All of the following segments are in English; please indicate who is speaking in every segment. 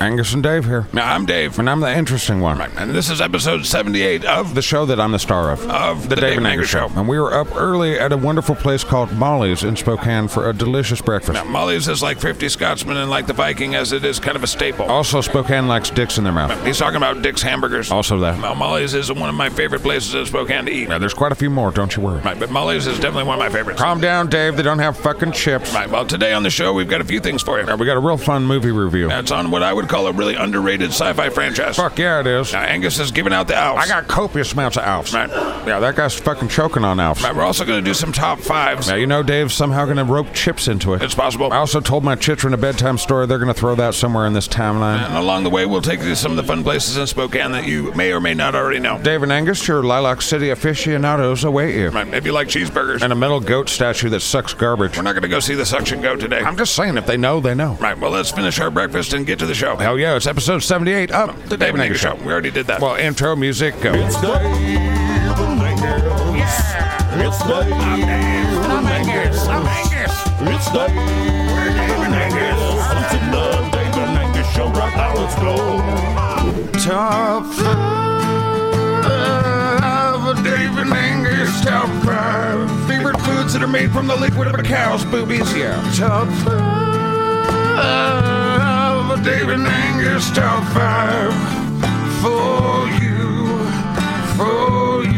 Speaker 1: Angus and Dave here.
Speaker 2: Now, I'm Dave.
Speaker 1: And I'm the interesting one.
Speaker 2: Right, and this is episode 78 of
Speaker 1: The show that I'm the star of.
Speaker 2: Of
Speaker 1: Uh, the, Dave and Angus show. And we were up early at a wonderful place called Molly's in Spokane for a delicious breakfast.
Speaker 2: Now, Molly's is like Thrifty Scotsman and like the Viking, as it is kind of a staple.
Speaker 1: Also, Spokane likes dicks in their mouth.
Speaker 2: He's talking about Dick's hamburgers.
Speaker 1: Also that.
Speaker 2: Now, Molly's is one of my favorite places in Spokane to eat.
Speaker 1: Now, there's quite a few more, don't you worry.
Speaker 2: Right, but Molly's is definitely one of my favorites.
Speaker 1: Calm down, Dave. They don't have fucking chips.
Speaker 2: Right, well, today on the show, we've got a few things for you.
Speaker 1: Now, we got a real fun movie review.
Speaker 2: Now, it's on what I would call a really underrated sci fi franchise.
Speaker 1: Fuck yeah, it is.
Speaker 2: Now, Angus has given out the Alps.
Speaker 1: I got copious amounts of alfs.
Speaker 2: Right.
Speaker 1: Yeah, that guy's fucking choking on alfs.
Speaker 2: Right, we're also going to do some top fives.
Speaker 1: Now, you know Dave's somehow going to rope chips into it.
Speaker 2: It's possible.
Speaker 1: I also told my children a bedtime story. They're going to throw that somewhere in this timeline.
Speaker 2: And along the way, we'll take you to some of the fun places in Spokane that you may or may not already know.
Speaker 1: Dave and Angus, your Lilac City aficionados await you.
Speaker 2: Right, if you like cheeseburgers,
Speaker 1: And a metal goat statue that sucks garbage.
Speaker 2: we're not going to go see the suction go today.
Speaker 1: I'm just saying, if they know, they know.
Speaker 2: Right, well, let's finish our breakfast and get to the show.
Speaker 1: Hell yeah, it's episode 78 up.
Speaker 2: The Dave and Angus Show. We already did that.
Speaker 1: Well, intro music go.
Speaker 3: It's Dave and Angus. It's Dave and Angus. It's Dave and Angus. It's the Dave and Angus show right now. Let's go.
Speaker 1: Top five, Dave and Angus top five.
Speaker 2: favorite foods that are made from the liquid of a cow's boobies.
Speaker 1: Yeah, top five, Dave and Angus top five for you, for you.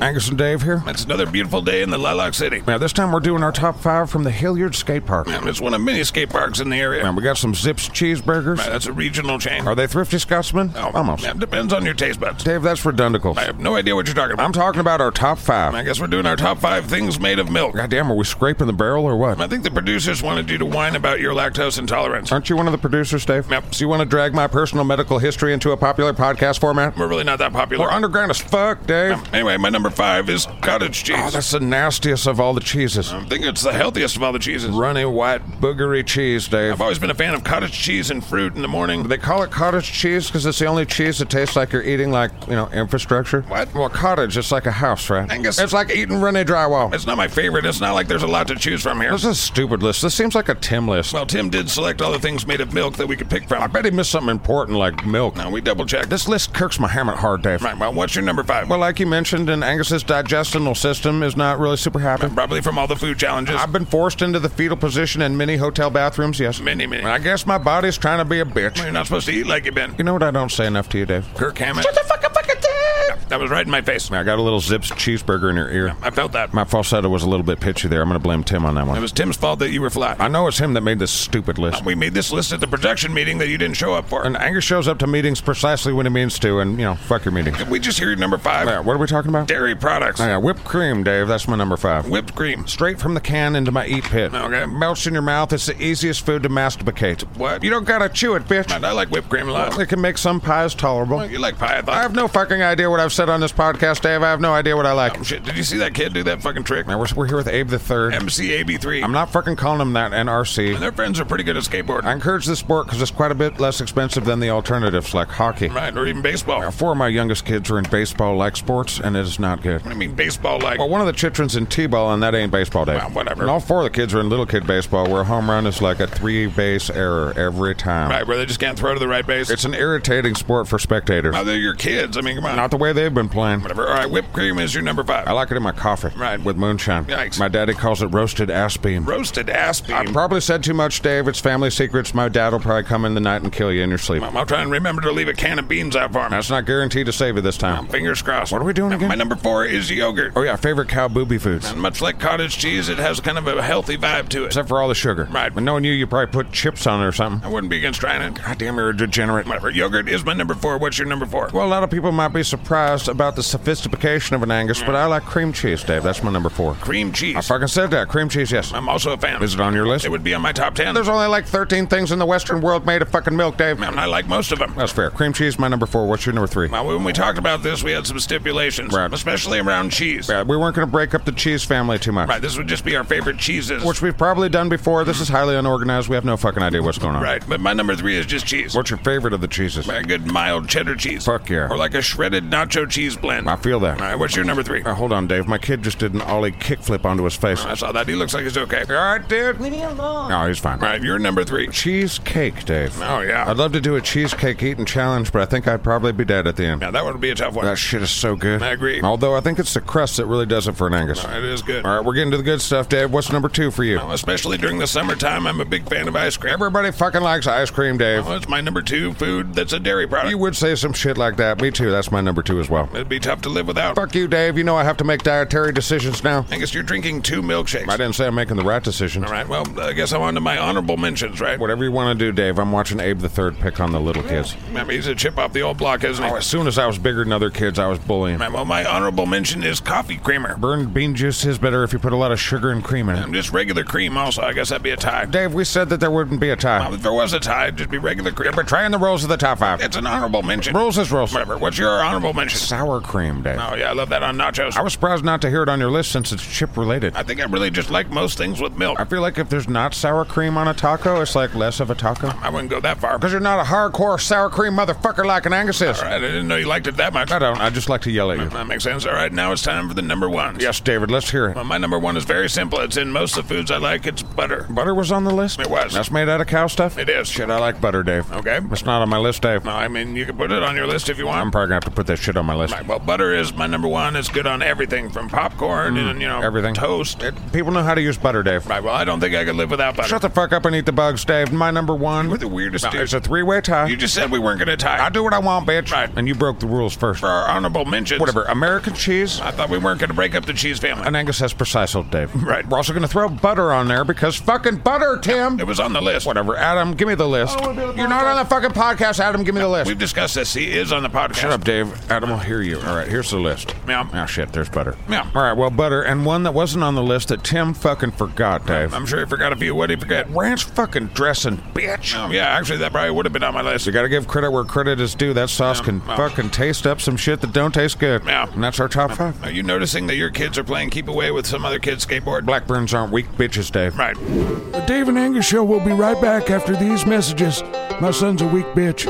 Speaker 1: Angus and Dave here.
Speaker 2: It's another beautiful day in the Lilac City.
Speaker 1: Now this time we're doing our top five from the Hilliard Skate Park.
Speaker 2: And It's one of many skate parks in the area. Uh,
Speaker 1: And we got some Zips cheeseburgers.
Speaker 2: That's a regional chain.
Speaker 1: Are they thrifty Scotsmen?
Speaker 2: Oh,
Speaker 1: Almost.
Speaker 2: yeah, depends on your taste buds.
Speaker 1: Dave, that's
Speaker 2: I
Speaker 1: redundicles.
Speaker 2: have no idea what you're talking about.
Speaker 1: I'm talking about our top
Speaker 2: I
Speaker 1: five.
Speaker 2: guess we're doing our top five things made of milk.
Speaker 1: Goddamn, are we scraping the barrel or what?
Speaker 2: I think the producers wanted you to whine about your lactose intolerance.
Speaker 1: Aren't you one of the producers, Dave?
Speaker 2: Yep.
Speaker 1: So you want to drag my personal medical history into a popular podcast format?
Speaker 2: We're really not that popular.
Speaker 1: We're underground as fuck, Dave.
Speaker 2: Anyway, my number five is cottage cheese.
Speaker 1: Oh, that's the nastiest of all the cheeses.
Speaker 2: I think it's the healthiest of all the cheeses.
Speaker 1: Runny, white, boogery cheese, Dave.
Speaker 2: I've always been a fan of cottage cheese and fruit in the morning.
Speaker 1: They call it cottage cheese because it's the only cheese that tastes like you're eating, like, you know, infrastructure.
Speaker 2: What?
Speaker 1: Well, cottage, it's like a house, right?
Speaker 2: Angus.
Speaker 1: It's like eating runny drywall.
Speaker 2: It's not my favorite. It's not like there's a lot to choose from here.
Speaker 1: This is a stupid list. This seems like a Tim list.
Speaker 2: Well, Tim did select all the things made of milk that we could pick
Speaker 1: I
Speaker 2: from.
Speaker 1: bet he missed something important like milk.
Speaker 2: Now we double checked.
Speaker 1: This list kirks my hammock hard, Dave.
Speaker 2: Right. Well, what's your number five?
Speaker 1: Well, like you mentioned, and Angus's digestional system is not really super happy.
Speaker 2: Probably from all the food challenges.
Speaker 1: I've been forced into the fetal position in many hotel bathrooms, yes.
Speaker 2: many, many.
Speaker 1: And I guess my body's trying to be a bitch.
Speaker 2: You're not supposed to eat like you've been.
Speaker 1: You know what I don't say enough to you, Dave?
Speaker 2: Kirk Hammett.
Speaker 1: the fuck up, fucking Dave!
Speaker 2: That was right in my face.
Speaker 1: I got a little Zips cheeseburger in your ear.
Speaker 2: I felt that.
Speaker 1: My falsetto was a little bit pitchy there. I'm going to blame Tim on that
Speaker 2: It
Speaker 1: one.
Speaker 2: was Tim's fault that you were flat.
Speaker 1: I know it's him that made this stupid list.
Speaker 2: We made this list at the production meeting that you didn't show up for.
Speaker 1: And Angus shows up to meetings precisely when he means to, and, you know, fuck your meeting.
Speaker 2: Can we just hear your number five?
Speaker 1: Yeah, what are we talking about?
Speaker 2: Dairy products.
Speaker 1: Oh, yeah, whipped cream, Dave. That's my number five.
Speaker 2: Whipped cream.
Speaker 1: Straight from the can into my eat pit.
Speaker 2: Okay.
Speaker 1: Melts in your mouth. It's the easiest food to masticate.
Speaker 2: What?
Speaker 1: You don't gotta chew it, bitch.
Speaker 2: I like whipped cream a lot.
Speaker 1: It can make some pies tolerable.
Speaker 2: You like pie, I
Speaker 1: I
Speaker 2: thought.
Speaker 1: have no fucking idea what I've said on this podcast, Dave. I have no idea what I like.
Speaker 2: Shit, did you see that kid do that fucking trick?
Speaker 1: Now, we're, we're here with Abe the Third.
Speaker 2: MCAB3.
Speaker 1: I'm not fucking calling him that. NRC.
Speaker 2: Their friends are pretty good at
Speaker 1: I
Speaker 2: skateboarding.
Speaker 1: encourage this sport because it's quite a bit less expensive than the alternatives like hockey.
Speaker 2: Right, or even baseball. What
Speaker 1: Four of my youngest kids are in baseball like sports, and it is not good.
Speaker 2: do you mean baseball like?
Speaker 1: Well, one of the chitrin's in T-ball, and that ain't baseball, Dave.
Speaker 2: Well, whatever.
Speaker 1: And all four of the kids are in little kid baseball, where a home run is like a three-base error every time.
Speaker 2: Right, where they just can't throw to the right base.
Speaker 1: It's an irritating sport for spectators.
Speaker 2: Now, they're your kids. I mean, come on.
Speaker 1: Not the way they've been playing.
Speaker 2: Whatever. All right, whipped cream is your number five.
Speaker 1: I like it in my coffee.
Speaker 2: Right.
Speaker 1: With moonshine.
Speaker 2: Yikes.
Speaker 1: My daddy calls it roasted ass beam.
Speaker 2: Roasted ass
Speaker 1: I
Speaker 2: beam.
Speaker 1: probably said too much, Dave. It's family secrets. My dad will probably come in the night and kill you in your sleep.
Speaker 2: Um, I'll try and remember to leave a can of beans out for him.
Speaker 1: That's not guaranteed to save you this time.
Speaker 2: Fingers crossed.
Speaker 1: What are we doing
Speaker 2: Now,
Speaker 1: again?
Speaker 2: My number four is yogurt.
Speaker 1: Oh, yeah, favorite cow booby foods.
Speaker 2: And much like cottage cheese, it has kind of a healthy vibe to it.
Speaker 1: Except for all the sugar.
Speaker 2: Right.
Speaker 1: But knowing you, you probably put chips on it or something.
Speaker 2: I wouldn't be against trying it.
Speaker 1: God damn, you're a degenerate.
Speaker 2: Whatever. Yogurt is my number four. What's your number four?
Speaker 1: Well, a lot of people might be surprised about the sophistication of an Angus, but I like cream cheese, Dave. That's my number four.
Speaker 2: Cream
Speaker 1: I
Speaker 2: cheese.
Speaker 1: fucking said that. Cream cheese, yes.
Speaker 2: I'm also a fan.
Speaker 1: Is it on your list?
Speaker 2: It would be on my top ten.
Speaker 1: There's only like 13 things in the Western world made of fucking milk, Dave.
Speaker 2: And I like most of them.
Speaker 1: That's fair. Cream cheese, my number four. What's your number three?
Speaker 2: Now, when we talked about this, we had some stipulations,
Speaker 1: Right.
Speaker 2: especially around cheese.
Speaker 1: Yeah, we weren't going to break up the cheese family too much.
Speaker 2: Right, this would just be our favorite cheeses.
Speaker 1: Which we've probably done before. This is highly unorganized. We have no fucking idea what's going on.
Speaker 2: right, but my number three is just cheese.
Speaker 1: What's your favorite of the cheeses?
Speaker 2: A good mild cheddar cheese.
Speaker 1: Fuck yeah.
Speaker 2: Or like a shredded nacho cheese blend.
Speaker 1: I feel that.
Speaker 2: All right, what's your number three?
Speaker 1: Uh, hold on, Dave. My kid just did an ollie kickflip onto his face.
Speaker 2: I saw that. He looks like he's okay.
Speaker 1: All right, dude.
Speaker 4: Leave me alone.
Speaker 1: No, he's fine.
Speaker 2: All right, you're number three.
Speaker 1: Cheesecake, Dave.
Speaker 2: Oh, yeah.
Speaker 1: I'd love to do a cheesecake eating challenge, but I think I'd probably be dead at the end.
Speaker 2: Yeah, that would be a tough one.
Speaker 1: That shit is so good.
Speaker 2: I agree.
Speaker 1: Although I think it's the crust that really does it for an Angus.
Speaker 2: It is good.
Speaker 1: All right, we're getting to the good stuff, Dave. What's number two for you?
Speaker 2: Especially during the summertime, I'm a big fan of ice cream.
Speaker 1: Everybody fucking likes ice cream, Dave.
Speaker 2: Well, it's my number two food that's a dairy product.
Speaker 1: You would say some shit like that. Me too. That's my number two as well.
Speaker 2: It'd be tough to live without.
Speaker 1: Fuck you, Dave. You know I have to make dietary decisions now.
Speaker 2: I guess you're drinking two milkshakes.
Speaker 1: I didn't say I'm making the right decisions.
Speaker 2: All right, well, I guess I'm on to my honorable mentions, right?
Speaker 1: Whatever you want to do, Dave, I'm watching Abe the Third pick on the little kids.
Speaker 2: Remember, he's a chip off the old block, isn't he?
Speaker 1: Oh, As soon as I was bigger than other kids, I was bullying.
Speaker 2: Well, my honorable mention is coffee creamer.
Speaker 1: Burned bean juice is better if you put a lot of sugar and cream in it.
Speaker 2: I'm just regular cream, also. I guess that'd be a tie.
Speaker 1: Dave, we said that there wouldn't be a
Speaker 2: Well,
Speaker 1: tie.
Speaker 2: if there was a tie, it'd just be regular cream. But
Speaker 1: Trying the rules of the top five.
Speaker 2: it's an honorable mention.
Speaker 1: Rules is rules.
Speaker 2: Whatever. What's your honorable mention?
Speaker 1: Sour cream, Dave.
Speaker 2: Oh, yeah, I love that on nachos.
Speaker 1: I was surprised not to hear it on your list since it's chip related.
Speaker 2: I think I really just like most things with milk.
Speaker 1: I feel like if there's not sour cream on a taco, it's like less of a taco.
Speaker 2: I wouldn't go that far. All
Speaker 1: Because you're not a hardcore sour cream motherfucker like an Angus is.
Speaker 2: right, I didn't know you liked it that much.
Speaker 1: I don't. I just like to yell at you.
Speaker 2: That makes sense. All right, now it's time for the number one.
Speaker 1: Yes, David, let's hear it.
Speaker 2: Well, my number one is very simple. It's in most of the foods I like. It's butter.
Speaker 1: Butter was on the list?
Speaker 2: It was.
Speaker 1: That's made out of cow stuff?
Speaker 2: It is.
Speaker 1: Shit, I like butter, Dave.
Speaker 2: Okay.
Speaker 1: It's not on my list, Dave.
Speaker 2: No, I mean, you can put it on your list if you
Speaker 1: I'm
Speaker 2: want.
Speaker 1: probably going to have to put that shit on my list.
Speaker 2: Right, well, butter is my number one. It's good on everything from popcorn and, you know,
Speaker 1: Mm, everything.
Speaker 2: toast.
Speaker 1: People know how to use butter, Dave.
Speaker 2: Right, well, I don't think I could live without butter.
Speaker 1: Shut the fuck up and eat the bugs, Dave. My number one.
Speaker 2: You're the weirdest
Speaker 1: No,
Speaker 2: dude.
Speaker 1: It's a three-way tie.
Speaker 2: You just said we weren't going to tie.
Speaker 1: I do what I want, bitch.
Speaker 2: Right.
Speaker 1: And you broke the rules first.
Speaker 2: For our honorable mentions.
Speaker 1: Whatever. American cheese.
Speaker 2: I thought we weren't going to break up the cheese family.
Speaker 1: An Angus has precisely, Dave.
Speaker 2: Right.
Speaker 1: We're also going to throw butter on there because fucking butter, Tim.
Speaker 2: It was on the list.
Speaker 1: Whatever. Adam, give me the list. You're not on the fucking podcast, Adam. Give me the list.
Speaker 2: We've discussed this. He is on the podcast.
Speaker 1: Shut up, Dave. Adam will hear you. All right, here's the list.
Speaker 2: Yeah.
Speaker 1: Oh, shit, there's butter.
Speaker 2: Yeah.
Speaker 1: All right, well, butter, and one that wasn't on the list that Tim fucking forgot, Dave.
Speaker 2: I'm sure he forgot a few. What did he forget?
Speaker 1: Ranch fucking dressing, bitch.
Speaker 2: Oh, yeah, actually, that probably would have been on my list.
Speaker 1: You gotta give credit where credit is due. That sauce can
Speaker 2: well.
Speaker 1: fucking taste up some shit that don't taste good.
Speaker 2: Yeah.
Speaker 1: And that's our top five.
Speaker 2: Are you noticing that your kids are playing keep away with some other kid's skateboard?
Speaker 1: Blackburns aren't weak bitches, Dave.
Speaker 2: Right.
Speaker 1: The Uh, Dave and Angus Show will be right back after these messages. My son's a weak bitch.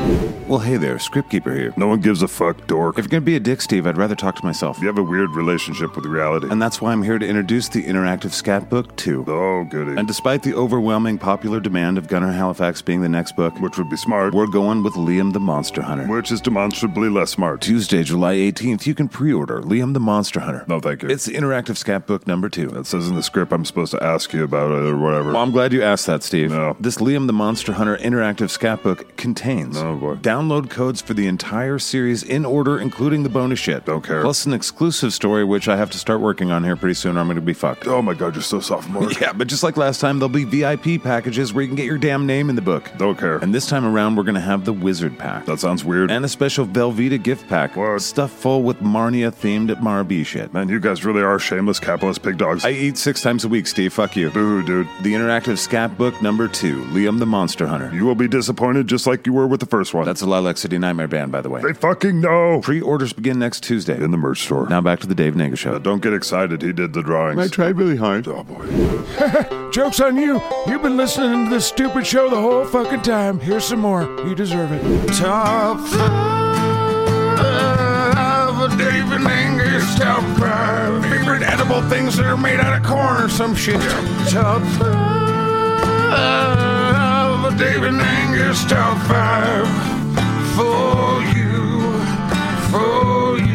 Speaker 5: Well, hey there, Scriptkeeper here.
Speaker 3: No one gives a fuck, dork.
Speaker 5: If you're gonna be a dick, Steve, I'd rather talk to myself.
Speaker 3: You have a weird relationship with reality.
Speaker 5: And that's why I'm here to introduce the interactive scat book 2.
Speaker 3: oh, goody.
Speaker 5: And despite the overwhelming popular demand of Gunnar Halifax being the next book,
Speaker 3: which would be smart,
Speaker 5: we're going with Liam the Monster Hunter.
Speaker 3: which is demonstrably less smart.
Speaker 5: Tuesday, July 18th, you can pre order Liam the Monster Hunter.
Speaker 3: No, thank you.
Speaker 5: It's the interactive scat book number 2.
Speaker 3: It says in the script I'm supposed to ask you about it or whatever.
Speaker 5: Well, I'm glad you asked that, Steve.
Speaker 3: No.
Speaker 5: This Liam the Monster Hunter interactive scat book contains
Speaker 3: Oh, boy.
Speaker 5: download codes for the entire series in order, including the bonus shit.
Speaker 3: Don't care.
Speaker 5: Plus an exclusive story, which I have to start working on here pretty soon, or I'm going to be fucked.
Speaker 3: oh my god, you're so sophomore.
Speaker 5: Yeah, but just like last time, there'll be VIP packages where you can get your damn name in the book.
Speaker 3: Don't care.
Speaker 5: And this time around, we're going to have the Wizard Pack.
Speaker 3: that sounds weird.
Speaker 5: and a special Velveeta gift pack.
Speaker 3: What?
Speaker 5: Stuffed full with Marnia themed Marabee shit.
Speaker 3: Man, you guys really are shameless capitalist pig dogs.
Speaker 5: I eat six times a week, Steve. Fuck you.
Speaker 3: Boo, dude.
Speaker 5: The interactive scat book number two, Liam the Monster Hunter.
Speaker 3: You will be disappointed just like you were with the first one.
Speaker 5: That's a Lilac City Nightmare Band, by the way.
Speaker 3: they fucking know.
Speaker 5: Pre orders begin next Tuesday.
Speaker 3: In the merch store.
Speaker 5: Now back to the Dave Nega Show.
Speaker 3: Don't get excited. He did the drawings.
Speaker 5: tried really hard.
Speaker 3: oh boy.
Speaker 1: Joke's on you. You've been listening to this stupid show the whole fucking time. Here's some more. You deserve it. Top
Speaker 2: Love David Angus top five favorite edible things that are made out of corn or some shit.
Speaker 1: Top
Speaker 2: Love David Angus top five for you, for you.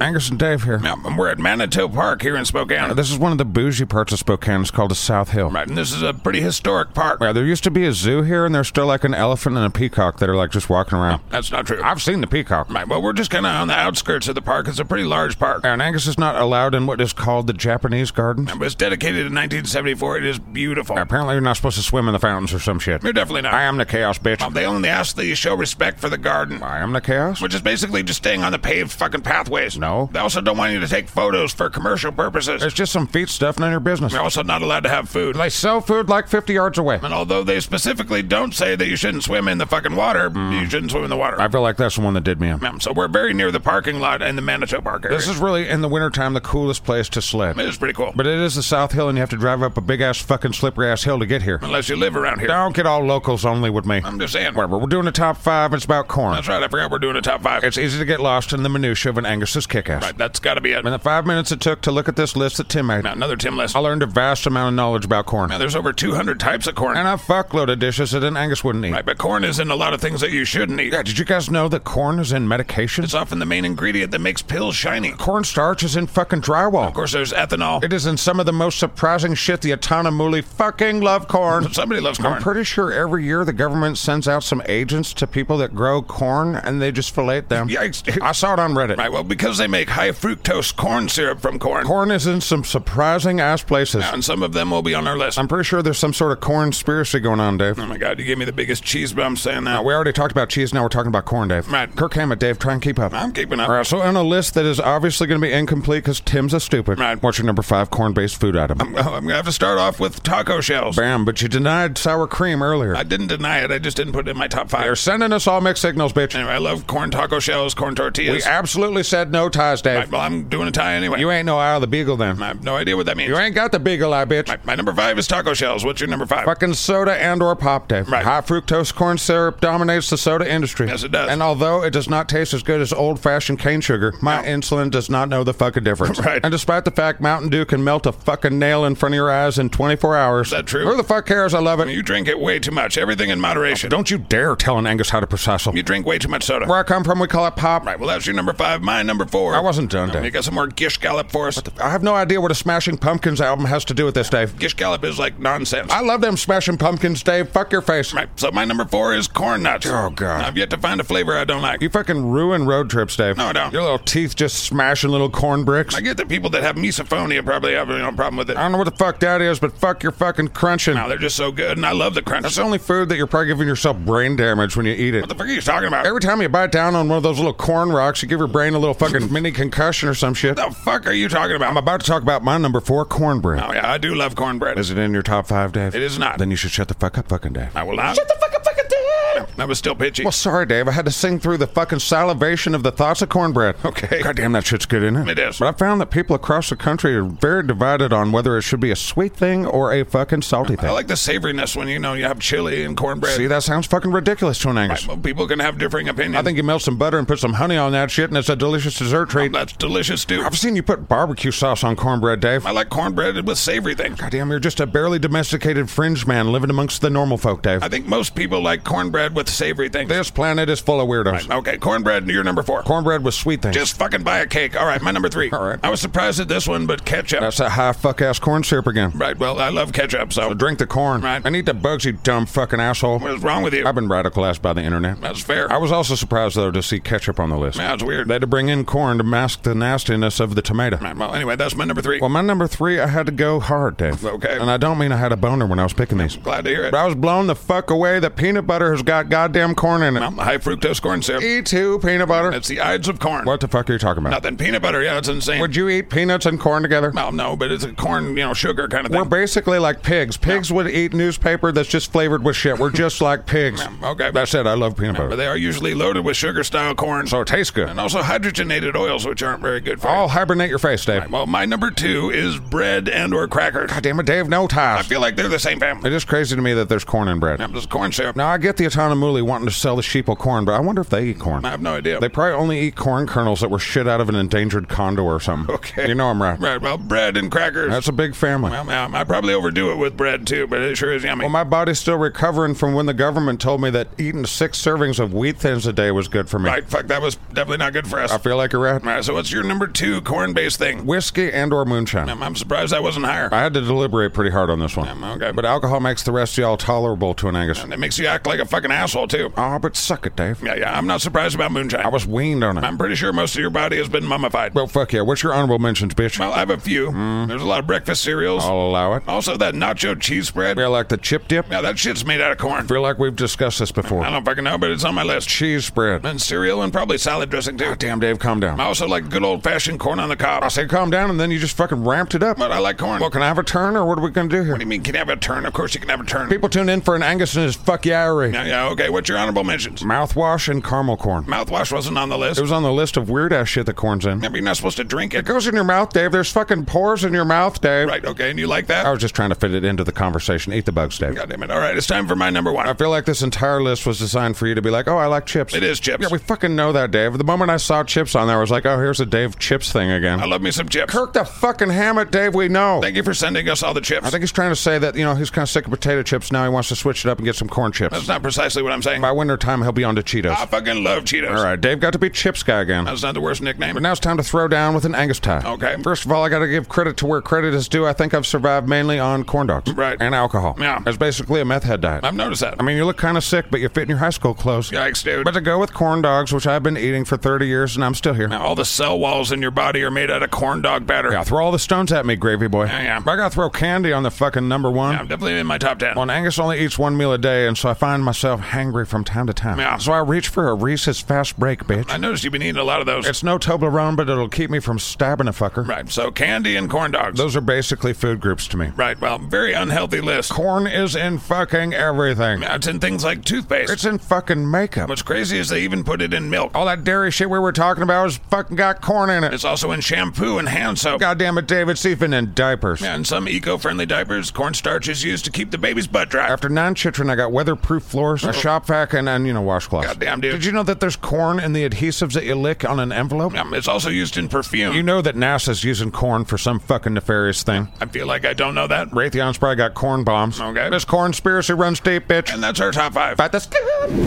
Speaker 1: Angus and Dave here.
Speaker 2: Now we're at Manitou Park here in Spokane.
Speaker 1: This is one of the bougie parts of Spokane. It's called the South Hill.
Speaker 2: Right, and this is a pretty historic park.
Speaker 1: Yeah, there used to be a zoo here, and there's still like an elephant and a peacock that are like just walking around.
Speaker 2: That's not true.
Speaker 1: I've seen the peacock.
Speaker 2: Right, well, we're just kind of on the outskirts of the park. It's a pretty large park.
Speaker 1: And Angus is not allowed in what is called the Japanese Gardens.
Speaker 2: It was dedicated in 1974. It is beautiful.
Speaker 1: Apparently, you're not supposed to swim in the fountains or some shit.
Speaker 2: You're definitely not.
Speaker 1: I am the chaos,
Speaker 2: Well,
Speaker 1: bitch.
Speaker 2: they only ask that you show respect for the garden,
Speaker 1: I am the chaos.
Speaker 2: which is basically just staying on the paved fucking pathways.
Speaker 1: No,
Speaker 5: know.
Speaker 2: They also don't want you to take photos for commercial purposes.
Speaker 1: It's just some feet stuff, none of your business.
Speaker 2: You're also not allowed to have food.
Speaker 1: They sell food like 50 yards away.
Speaker 2: And although they specifically don't say that you shouldn't swim in the fucking water, you shouldn't swim in the water.
Speaker 1: I feel like that's the one that did me in.
Speaker 2: Um, So we're very near the parking lot in the Manitou Park area.
Speaker 1: This is really, in the wintertime, the coolest place to sled.
Speaker 2: It is pretty cool.
Speaker 1: But it is the South Hill, and you have to drive up a big ass fucking slippery ass hill to get here.
Speaker 2: Unless you live around here.
Speaker 1: Don't get all locals only with me.
Speaker 2: I'm just saying.
Speaker 1: Whatever, we're doing the top five, and it's about corn.
Speaker 2: That's right, I forgot we're doing a top five.
Speaker 1: It's easy to get lost in the minutia of an Angus's kick ass.
Speaker 2: right, that's gotta be it.
Speaker 1: In the five minutes it took to look at this list that Tim made,
Speaker 2: Now, another Tim list.
Speaker 1: I learned a vast amount of knowledge about corn.
Speaker 2: Now, there's over 200 types of corn.
Speaker 1: And a fuckload of dishes that an Angus wouldn't eat.
Speaker 2: Right, but corn is in a lot of things that you shouldn't eat.
Speaker 1: Yeah, did you guys know that corn is in medication?
Speaker 2: It's often the main ingredient that makes pills shiny. Of
Speaker 1: Cornstarch is in fucking drywall.
Speaker 2: course, there's ethanol.
Speaker 1: It is in some of the most surprising shit the Atanamuli fucking love corn.
Speaker 2: Somebody loves
Speaker 1: I'm
Speaker 2: corn.
Speaker 1: pretty sure every year the government sends out some agents to people that grow corn and they just fillet them.
Speaker 2: Yikes.
Speaker 1: I saw it on Reddit.
Speaker 2: Right, well, because they make high fructose corn syrup from corn,
Speaker 1: Corn is in some surprising ass places.
Speaker 2: and some of them will be on our list.
Speaker 1: I'm pretty sure there's some sort of corn conspiracy going on, Dave.
Speaker 2: oh my god, you gave me the biggest cheese bum saying that.
Speaker 1: We already talked about cheese, now we're talking about corn, Dave.
Speaker 2: Right.
Speaker 1: Kirk Hammett, Dave, try and keep up.
Speaker 2: I'm keeping up.
Speaker 1: All right, so on a list that is obviously going to be incomplete because Tim's a stupid.
Speaker 2: Right. Um,
Speaker 1: What's your number five corn-based food item?
Speaker 2: I'm, I'm gonna have to start off with taco shells.
Speaker 1: Bam, but you denied sour cream earlier.
Speaker 2: I didn't deny it, I just didn't put it in my top
Speaker 1: They're
Speaker 2: five.
Speaker 1: sending us all mixed signals, bitch.
Speaker 2: Anyway, I love corn taco shells, corn
Speaker 1: We
Speaker 2: tortillas.
Speaker 1: absolutely said no ties, Dave.
Speaker 2: Right, well, I'm doing a tie anyway.
Speaker 1: You ain't no eye of the beagle then.
Speaker 2: I have no idea what that means.
Speaker 1: You ain't got the beagle eye, bitch.
Speaker 2: Right, my number five is taco shells. What's your number five?
Speaker 1: Fucking soda and or pop, Dave.
Speaker 2: Right.
Speaker 1: High fructose corn syrup dominates the soda industry.
Speaker 2: Yes, it does.
Speaker 1: And although it does not taste as good as old-fashioned cane sugar, my insulin does not know the fucking difference.
Speaker 2: Right.
Speaker 1: And despite the fact Mountain Dew can melt a fucking nail in front of your eyes in 24 hours. Is
Speaker 2: that true?
Speaker 1: Who the fuck cares? I love it.
Speaker 2: You drink it way too much. Everything in moderation.
Speaker 1: Don't you dare tell an Angus how to precisely.
Speaker 2: You drink way too much soda.
Speaker 1: Where I come from, we call it pop.
Speaker 2: Right, well, that's your number five. My number four.
Speaker 1: I wasn't done,
Speaker 2: You
Speaker 1: Dave.
Speaker 2: got some more Gish Gallop for us?
Speaker 1: I have no idea what a Smashing Pumpkins album has to do with this, Dave.
Speaker 2: Gish Gallop is like nonsense.
Speaker 1: I love them Smashing Pumpkins, Dave. Fuck your face.
Speaker 2: Right, so my number four is corn nuts.
Speaker 1: Oh, God.
Speaker 2: I've yet to find a flavor I don't like.
Speaker 1: You fucking ruin road trips, Dave.
Speaker 2: No, I don't.
Speaker 1: Your little teeth just smashing little corn bricks.
Speaker 2: I get that people that have misophonia probably have you know, a problem with it.
Speaker 1: I don't know what the fuck that is, but fuck your fucking crunching.
Speaker 2: Now they're just so good, and I love the crunch.
Speaker 1: That's the only food that you're probably giving yourself brain damage when you eat it.
Speaker 2: What the fuck are you talking about?
Speaker 1: Every time you bite down on one of those little corn rocks, you give your brain a little fucking mini concussion or some shit.
Speaker 2: What the fuck are you talking about?
Speaker 1: I'm about to talk about my number four cornbread.
Speaker 2: Oh, yeah, I do love cornbread.
Speaker 1: Is it in your top five, Dave?
Speaker 2: It is not.
Speaker 1: Then you should shut the fuck up, fucking Dave.
Speaker 2: I will not. Shut the fuck up, fucking dead. That was still pitchy.
Speaker 1: Well, sorry, Dave. I had to sing through the fucking salivation of the thoughts of cornbread.
Speaker 2: Okay.
Speaker 1: God damn, that shit's good, isn't it?
Speaker 2: It is.
Speaker 1: But I found that people across the country are very divided on whether it should be a sweet thing or a fucking salty
Speaker 2: I
Speaker 1: thing.
Speaker 2: like the savoriness when you know you have chili and cornbread.
Speaker 1: See, that sounds fucking ridiculous to an Angus.
Speaker 2: Well, people can have differing opinions.
Speaker 1: I think you melt some butter and put some honey on that shit, and it's a delicious dessert treat.
Speaker 2: that's delicious too.
Speaker 1: I've seen you put barbecue sauce on cornbread, Dave.
Speaker 2: I like cornbread with savory things.
Speaker 1: God damn, you're just a barely domesticated fringe man living amongst the normal folk, Dave.
Speaker 2: I think most people like cornbread with savory things.
Speaker 1: This planet is full of weirdos.
Speaker 2: Okay, cornbread, you're number four.
Speaker 1: Cornbread with sweet things.
Speaker 2: Just fucking buy a cake. All right, my number three.
Speaker 1: All right.
Speaker 2: I was surprised at this one, but ketchup.
Speaker 1: That's that high fuck ass corn syrup again.
Speaker 2: right. Well, I love ketchup, so
Speaker 1: Drink the corn.
Speaker 2: Right.
Speaker 1: And eat the bugs, you dumb fucking asshole.
Speaker 2: what is wrong with you?
Speaker 1: I've been radicalized by the internet.
Speaker 2: That's fair.
Speaker 1: I was also surprised, though, to see ketchup on the list.
Speaker 2: Yeah, it's weird.
Speaker 1: They had to bring in corn to mask the nastiness of the tomato.
Speaker 2: Right, well, anyway, that's my number three.
Speaker 1: Well, my number three, I had to go hard, Dave.
Speaker 2: Okay.
Speaker 1: And I don't mean I had a boner when I was picking these.
Speaker 2: Glad to hear it.
Speaker 1: But I was blown the fuck away that peanut butter has got goddamn corn in it.
Speaker 2: Um, high fructose corn syrup.
Speaker 1: E2 peanut butter.
Speaker 2: That's the Ides of corn.
Speaker 1: what the fuck are you talking about?
Speaker 2: Nothing. Peanut butter. Yeah, it's insane.
Speaker 1: Would you eat peanuts and corn together?
Speaker 2: well, no, but it's a corn, you know, sugar kind of
Speaker 1: We're
Speaker 2: thing.
Speaker 1: basically like pigs. Pigs would eat newspaper that's just flavored with shit. We're just like pigs.
Speaker 2: okay.
Speaker 1: That's it. I love peanut
Speaker 2: but
Speaker 1: butter.
Speaker 2: they are usually loaded with sugar style corn
Speaker 1: So it tastes good.
Speaker 2: and also hydrogenated oils, which aren't very good for you.
Speaker 1: I'll hibernate your face, Dave.
Speaker 2: Well, my number two is bread and or crackers.
Speaker 1: God damn it, Dave, no
Speaker 2: I
Speaker 1: ties.
Speaker 2: feel like they're the same family.
Speaker 1: It is crazy to me that there's corn in bread.
Speaker 2: Um, This corn syrup.
Speaker 1: Now, I get the Atanamuli wanting to sell the sheeple corn, but I wonder if they eat corn.
Speaker 2: I have no idea.
Speaker 1: They probably only eat corn kernels that were shit out of an endangered condor or something.
Speaker 2: Okay.
Speaker 1: You know I'm right.
Speaker 2: Right. Well, bread and crackers.
Speaker 1: That's a big family.
Speaker 2: Um, um, I probably overdo it with bread too, but it sure is yummy.
Speaker 1: Well, my body's still recovering from when the government told me that eating six servings of wheat thins a day was good for me.
Speaker 2: right. Fuck. That was definitely not good for us.
Speaker 1: I feel like a rat.
Speaker 2: All right. So what's your number two corn-based thing?
Speaker 1: Whiskey and or moonshine.
Speaker 2: Um, I'm surprised I wasn't higher.
Speaker 1: I had to deliberate pretty hard on this one.
Speaker 2: Um, okay.
Speaker 1: But alcohol makes the rest of y'all tolerable to an Angus.
Speaker 2: And it makes you act like a fucking asshole, too. Um,
Speaker 1: Oh, but suck it, Dave.
Speaker 2: Yeah, yeah, I'm not surprised about moonshine.
Speaker 1: I was weaned on it.
Speaker 2: I'm pretty sure most of your body has been mummified.
Speaker 1: well, fuck yeah. What's your honorable mentions, bitch?
Speaker 2: Well, I have a few.
Speaker 1: Mm-hmm.
Speaker 2: There's a lot of breakfast cereals.
Speaker 1: I'll allow it.
Speaker 2: Also, that nacho cheese spread.
Speaker 1: Feel like the chip dip?
Speaker 2: Yeah, that shit's made out of corn.
Speaker 1: Feel like we've discussed this
Speaker 2: I
Speaker 1: before.
Speaker 2: don't fucking know, but it's on my list.
Speaker 1: Cheese spread.
Speaker 2: And cereal and probably salad dressing, too.
Speaker 1: Damn, Dave, calm down.
Speaker 2: I also like good old fashioned corn on the cob.
Speaker 1: I said calm down, and then you just fucking ramped it up.
Speaker 2: But I like corn.
Speaker 1: Well,
Speaker 2: What
Speaker 1: can I have a turn, or what are we gonna do here?
Speaker 2: do you mean? Can you have a turn? Of course you can have a turn.
Speaker 1: People tune in for an Angus and his fuck yaery.
Speaker 2: Yeah, yeah, okay. What's your honorable mentions?
Speaker 1: Mouthwash and caramel corn.
Speaker 2: Mouthwash wasn't on the list.
Speaker 1: Mm. It was on the list of weird ass shit that corn's in.
Speaker 2: Yeah,
Speaker 1: It
Speaker 2: but you're not supposed to drink it.
Speaker 1: goes in your mouth, Dave. There's fucking pores in your mouth, Dave.
Speaker 2: Right, okay. And you like that?
Speaker 1: I was just trying to fit it into the conversation. Eat the bugs, Dave.
Speaker 2: God damn it. All right, it's time for my number one.
Speaker 1: I feel like this entire list was designed for you to be like, oh, I like chips.
Speaker 2: It is chips.
Speaker 1: Yeah, we fucking know that, Dave. The moment I saw chips on there, I was like, oh, here's a Dave chips thing again.
Speaker 2: I love me some chips.
Speaker 1: Kirk the fucking Hammett, Dave, we know.
Speaker 2: Thank you for sending us all the chips.
Speaker 1: I think he's trying to say that, you know, he's kind of sick of potato chips. Now he wants to switch it up and get some corn
Speaker 2: That's
Speaker 1: chips.
Speaker 2: not precisely what I'm saying.
Speaker 1: By winter time, he'll be on to Cheetos.
Speaker 2: I fucking love Cheetos.
Speaker 1: All right, Dave got to be chips guy again.
Speaker 2: That's not the worst nickname.
Speaker 1: But now it's time to throw down with an Angus tie.
Speaker 2: Okay.
Speaker 1: First of all, I got to give credit to where credit is due. I think I've survived mainly on corn dogs.
Speaker 2: Right.
Speaker 1: And alcohol.
Speaker 2: Yeah.
Speaker 1: It's basically a meth head diet.
Speaker 2: I've noticed that.
Speaker 1: I mean, you look kind of sick, but you fit in your high school clothes.
Speaker 2: Yikes, dude.
Speaker 1: But to go with corn dogs, which I've been eating for 30 years and I'm still here.
Speaker 2: Now, all the cell walls in your body are made out of corn dog batter.
Speaker 1: Yeah, throw all the stones at me, gravy boy.
Speaker 2: Yeah, yeah.
Speaker 1: But I got to throw candy on the fucking number one.
Speaker 2: Yeah, I'm definitely in my top ten.
Speaker 1: Well, and Angus only eats one meal a day, and so I find myself hangry from time to time.
Speaker 2: Yeah.
Speaker 1: So I reach for a Reese's Fast Break, bitch.
Speaker 2: I noticed you've been eating a lot of those.
Speaker 1: It's no Toblerone, but it'll keep me from stabbing a fucker.
Speaker 2: right, so candy and corn dogs.
Speaker 1: Those are basically food groups to me.
Speaker 2: right, well, very unhealthy list.
Speaker 1: Corn is in fucking everything.
Speaker 2: Now, It's in things like toothpaste.
Speaker 1: It's in fucking makeup.
Speaker 2: What's crazy is they even put it in milk.
Speaker 1: All that dairy shit we were talking about is fucking got corn in it.
Speaker 2: It's also in shampoo and hand soap.
Speaker 1: Goddamn it, David, it's even in diapers.
Speaker 2: Yeah, in some eco-friendly diapers, cornstarch is used to keep the baby's butt dry.
Speaker 1: After non-chitrin, I got weatherproof floors,
Speaker 2: Oh.
Speaker 1: a shop vac, and, and you know, washcloths.
Speaker 2: Goddamn, dude.
Speaker 1: Did you know that there's corn in the adhesives that you lick on an envelope?
Speaker 2: Um, it's also used in perfume.
Speaker 1: You know that NASA's using corn for some fucking nefarious thing.
Speaker 2: I feel like I don't know that.
Speaker 1: Raytheon's probably got corn bombs.
Speaker 2: Okay.
Speaker 1: This corn conspiracy runs deep, bitch.
Speaker 2: And that's our top five.
Speaker 1: But this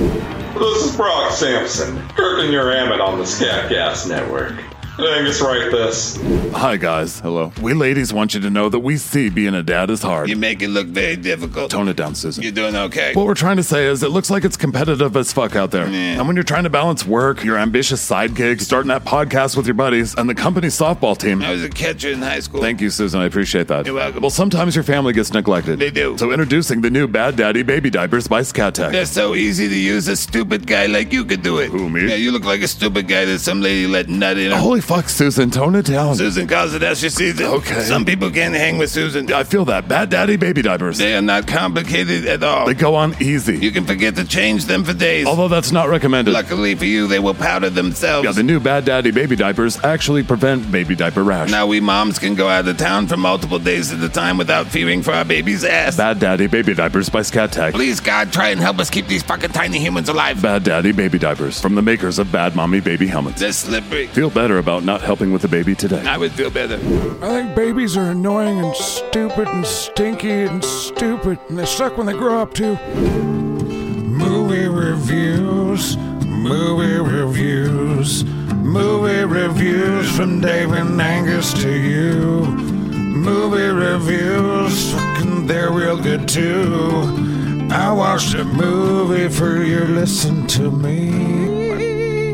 Speaker 4: This is Brock Sampson, Kirk and your Amit on the Scatcast Network. Angus, write this.
Speaker 6: Hi, guys. Hello. We ladies want you to know that we see being a dad is hard.
Speaker 2: You make it look very difficult.
Speaker 6: Tone it down, Susan.
Speaker 2: You're doing okay.
Speaker 6: What we're trying to say is it looks like it's competitive as fuck out there. And when you're trying to balance work, your ambitious side gig, starting that podcast with your buddies, and the company softball team.
Speaker 2: I was a catcher in high school.
Speaker 6: Thank you, Susan. I appreciate that.
Speaker 2: You're welcome.
Speaker 6: Well, sometimes your family gets neglected.
Speaker 2: They do.
Speaker 6: So introducing the new Bad Daddy Baby Diapers by Scat Tech.
Speaker 2: They're so easy to use. A stupid guy like you could do it.
Speaker 6: Who, me?
Speaker 2: Yeah, you look like a stupid guy that some lady let nut in. her.
Speaker 6: Holy fuck, Susan. Tone it down.
Speaker 2: Susan calls it as she sees it.
Speaker 6: Okay.
Speaker 2: Some people can't hang with Susan.
Speaker 6: I feel that. Bad Daddy Baby Diapers.
Speaker 2: They are not complicated at all.
Speaker 6: They go on easy.
Speaker 2: You can forget to change them for days.
Speaker 6: Although that's not recommended.
Speaker 2: Luckily for you, they will powder themselves.
Speaker 6: Yeah, the new Bad Daddy baby diapers actually prevent baby diaper rash.
Speaker 2: Now we moms can go out of town for multiple days at a time without fearing for our baby's ass.
Speaker 6: Bad Daddy baby diapers by Scat Tech.
Speaker 2: Please, God, try and help us keep these fucking tiny humans alive.
Speaker 6: Bad Daddy baby diapers from the makers of Bad Mommy baby helmets.
Speaker 2: They're slippery.
Speaker 6: Feel better about not helping with the baby today.
Speaker 2: I would feel better.
Speaker 1: I think babies are annoying and stupid and stinky and stupid, and they suck when they grow up too.
Speaker 2: Movie reviews, movie reviews, movie reviews from Dave and Angus to you. Movie reviews, fucking they're real good too. I watched a movie for you, listen to me.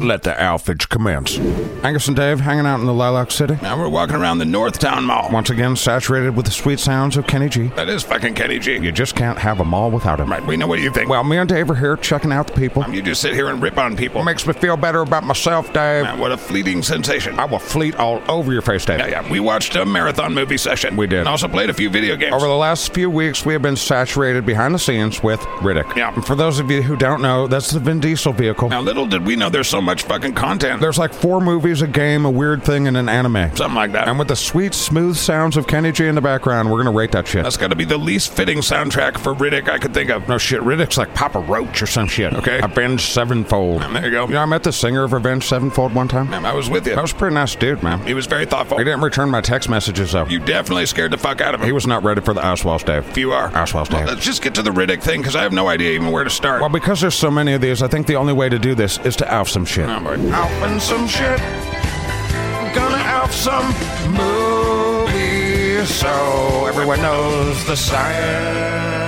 Speaker 1: Let the alphage commence. Angus and Dave hanging out in the Lilac City.
Speaker 2: Now we're walking around the Northtown Mall.
Speaker 1: Once again, saturated with the sweet sounds of Kenny G.
Speaker 2: That is fucking Kenny G.
Speaker 1: You just can't have them all without him.
Speaker 2: Right, we know what you think.
Speaker 1: Well, me and Dave are here checking out the people.
Speaker 2: You just sit here and rip on people.
Speaker 1: Makes me feel better about myself, Dave.
Speaker 2: Man, what a fleeting sensation.
Speaker 1: I will fleet all over your face, Dave.
Speaker 2: Yeah, yeah. We watched a marathon movie session.
Speaker 1: We did.
Speaker 2: And also played a few video games.
Speaker 1: Over the last few weeks, we have been saturated behind the scenes with Riddick.
Speaker 2: Yeah.
Speaker 1: And for those of you who don't know, that's the Vin Diesel vehicle.
Speaker 2: now, little did we know there's so much fucking content.
Speaker 1: There's like four movies, a game, a weird thing, and an anime.
Speaker 2: Something like that.
Speaker 1: And with the sweet, smooth sounds of Kenny G in the background, we're gonna rate that shit.
Speaker 2: That's got to be the least fitting soundtrack for Riddick I could think of.
Speaker 1: no shit. Riddick's like Papa Roach or some shit.
Speaker 2: Okay.
Speaker 1: Avenged Sevenfold.
Speaker 2: Man, there you go.
Speaker 1: You know, I met the singer of Avenged Sevenfold one time.
Speaker 2: Man, I was with you.
Speaker 1: That was a pretty nice dude, man.
Speaker 2: He was very thoughtful.
Speaker 1: He didn't return my text messages though.
Speaker 2: You definitely scared the fuck out of him.
Speaker 1: He was not ready for the Oswald, Dave.
Speaker 2: if you are.
Speaker 1: Oswald's
Speaker 2: Well,
Speaker 1: Dave.
Speaker 2: let's just get to the Riddick thing because I have no idea even where to start.
Speaker 1: Well, because there's so many of these, I think the only way to do this is to off some shit.
Speaker 2: Oh, boy. Alfing some shit. Gonna alf some movies so everyone knows the science.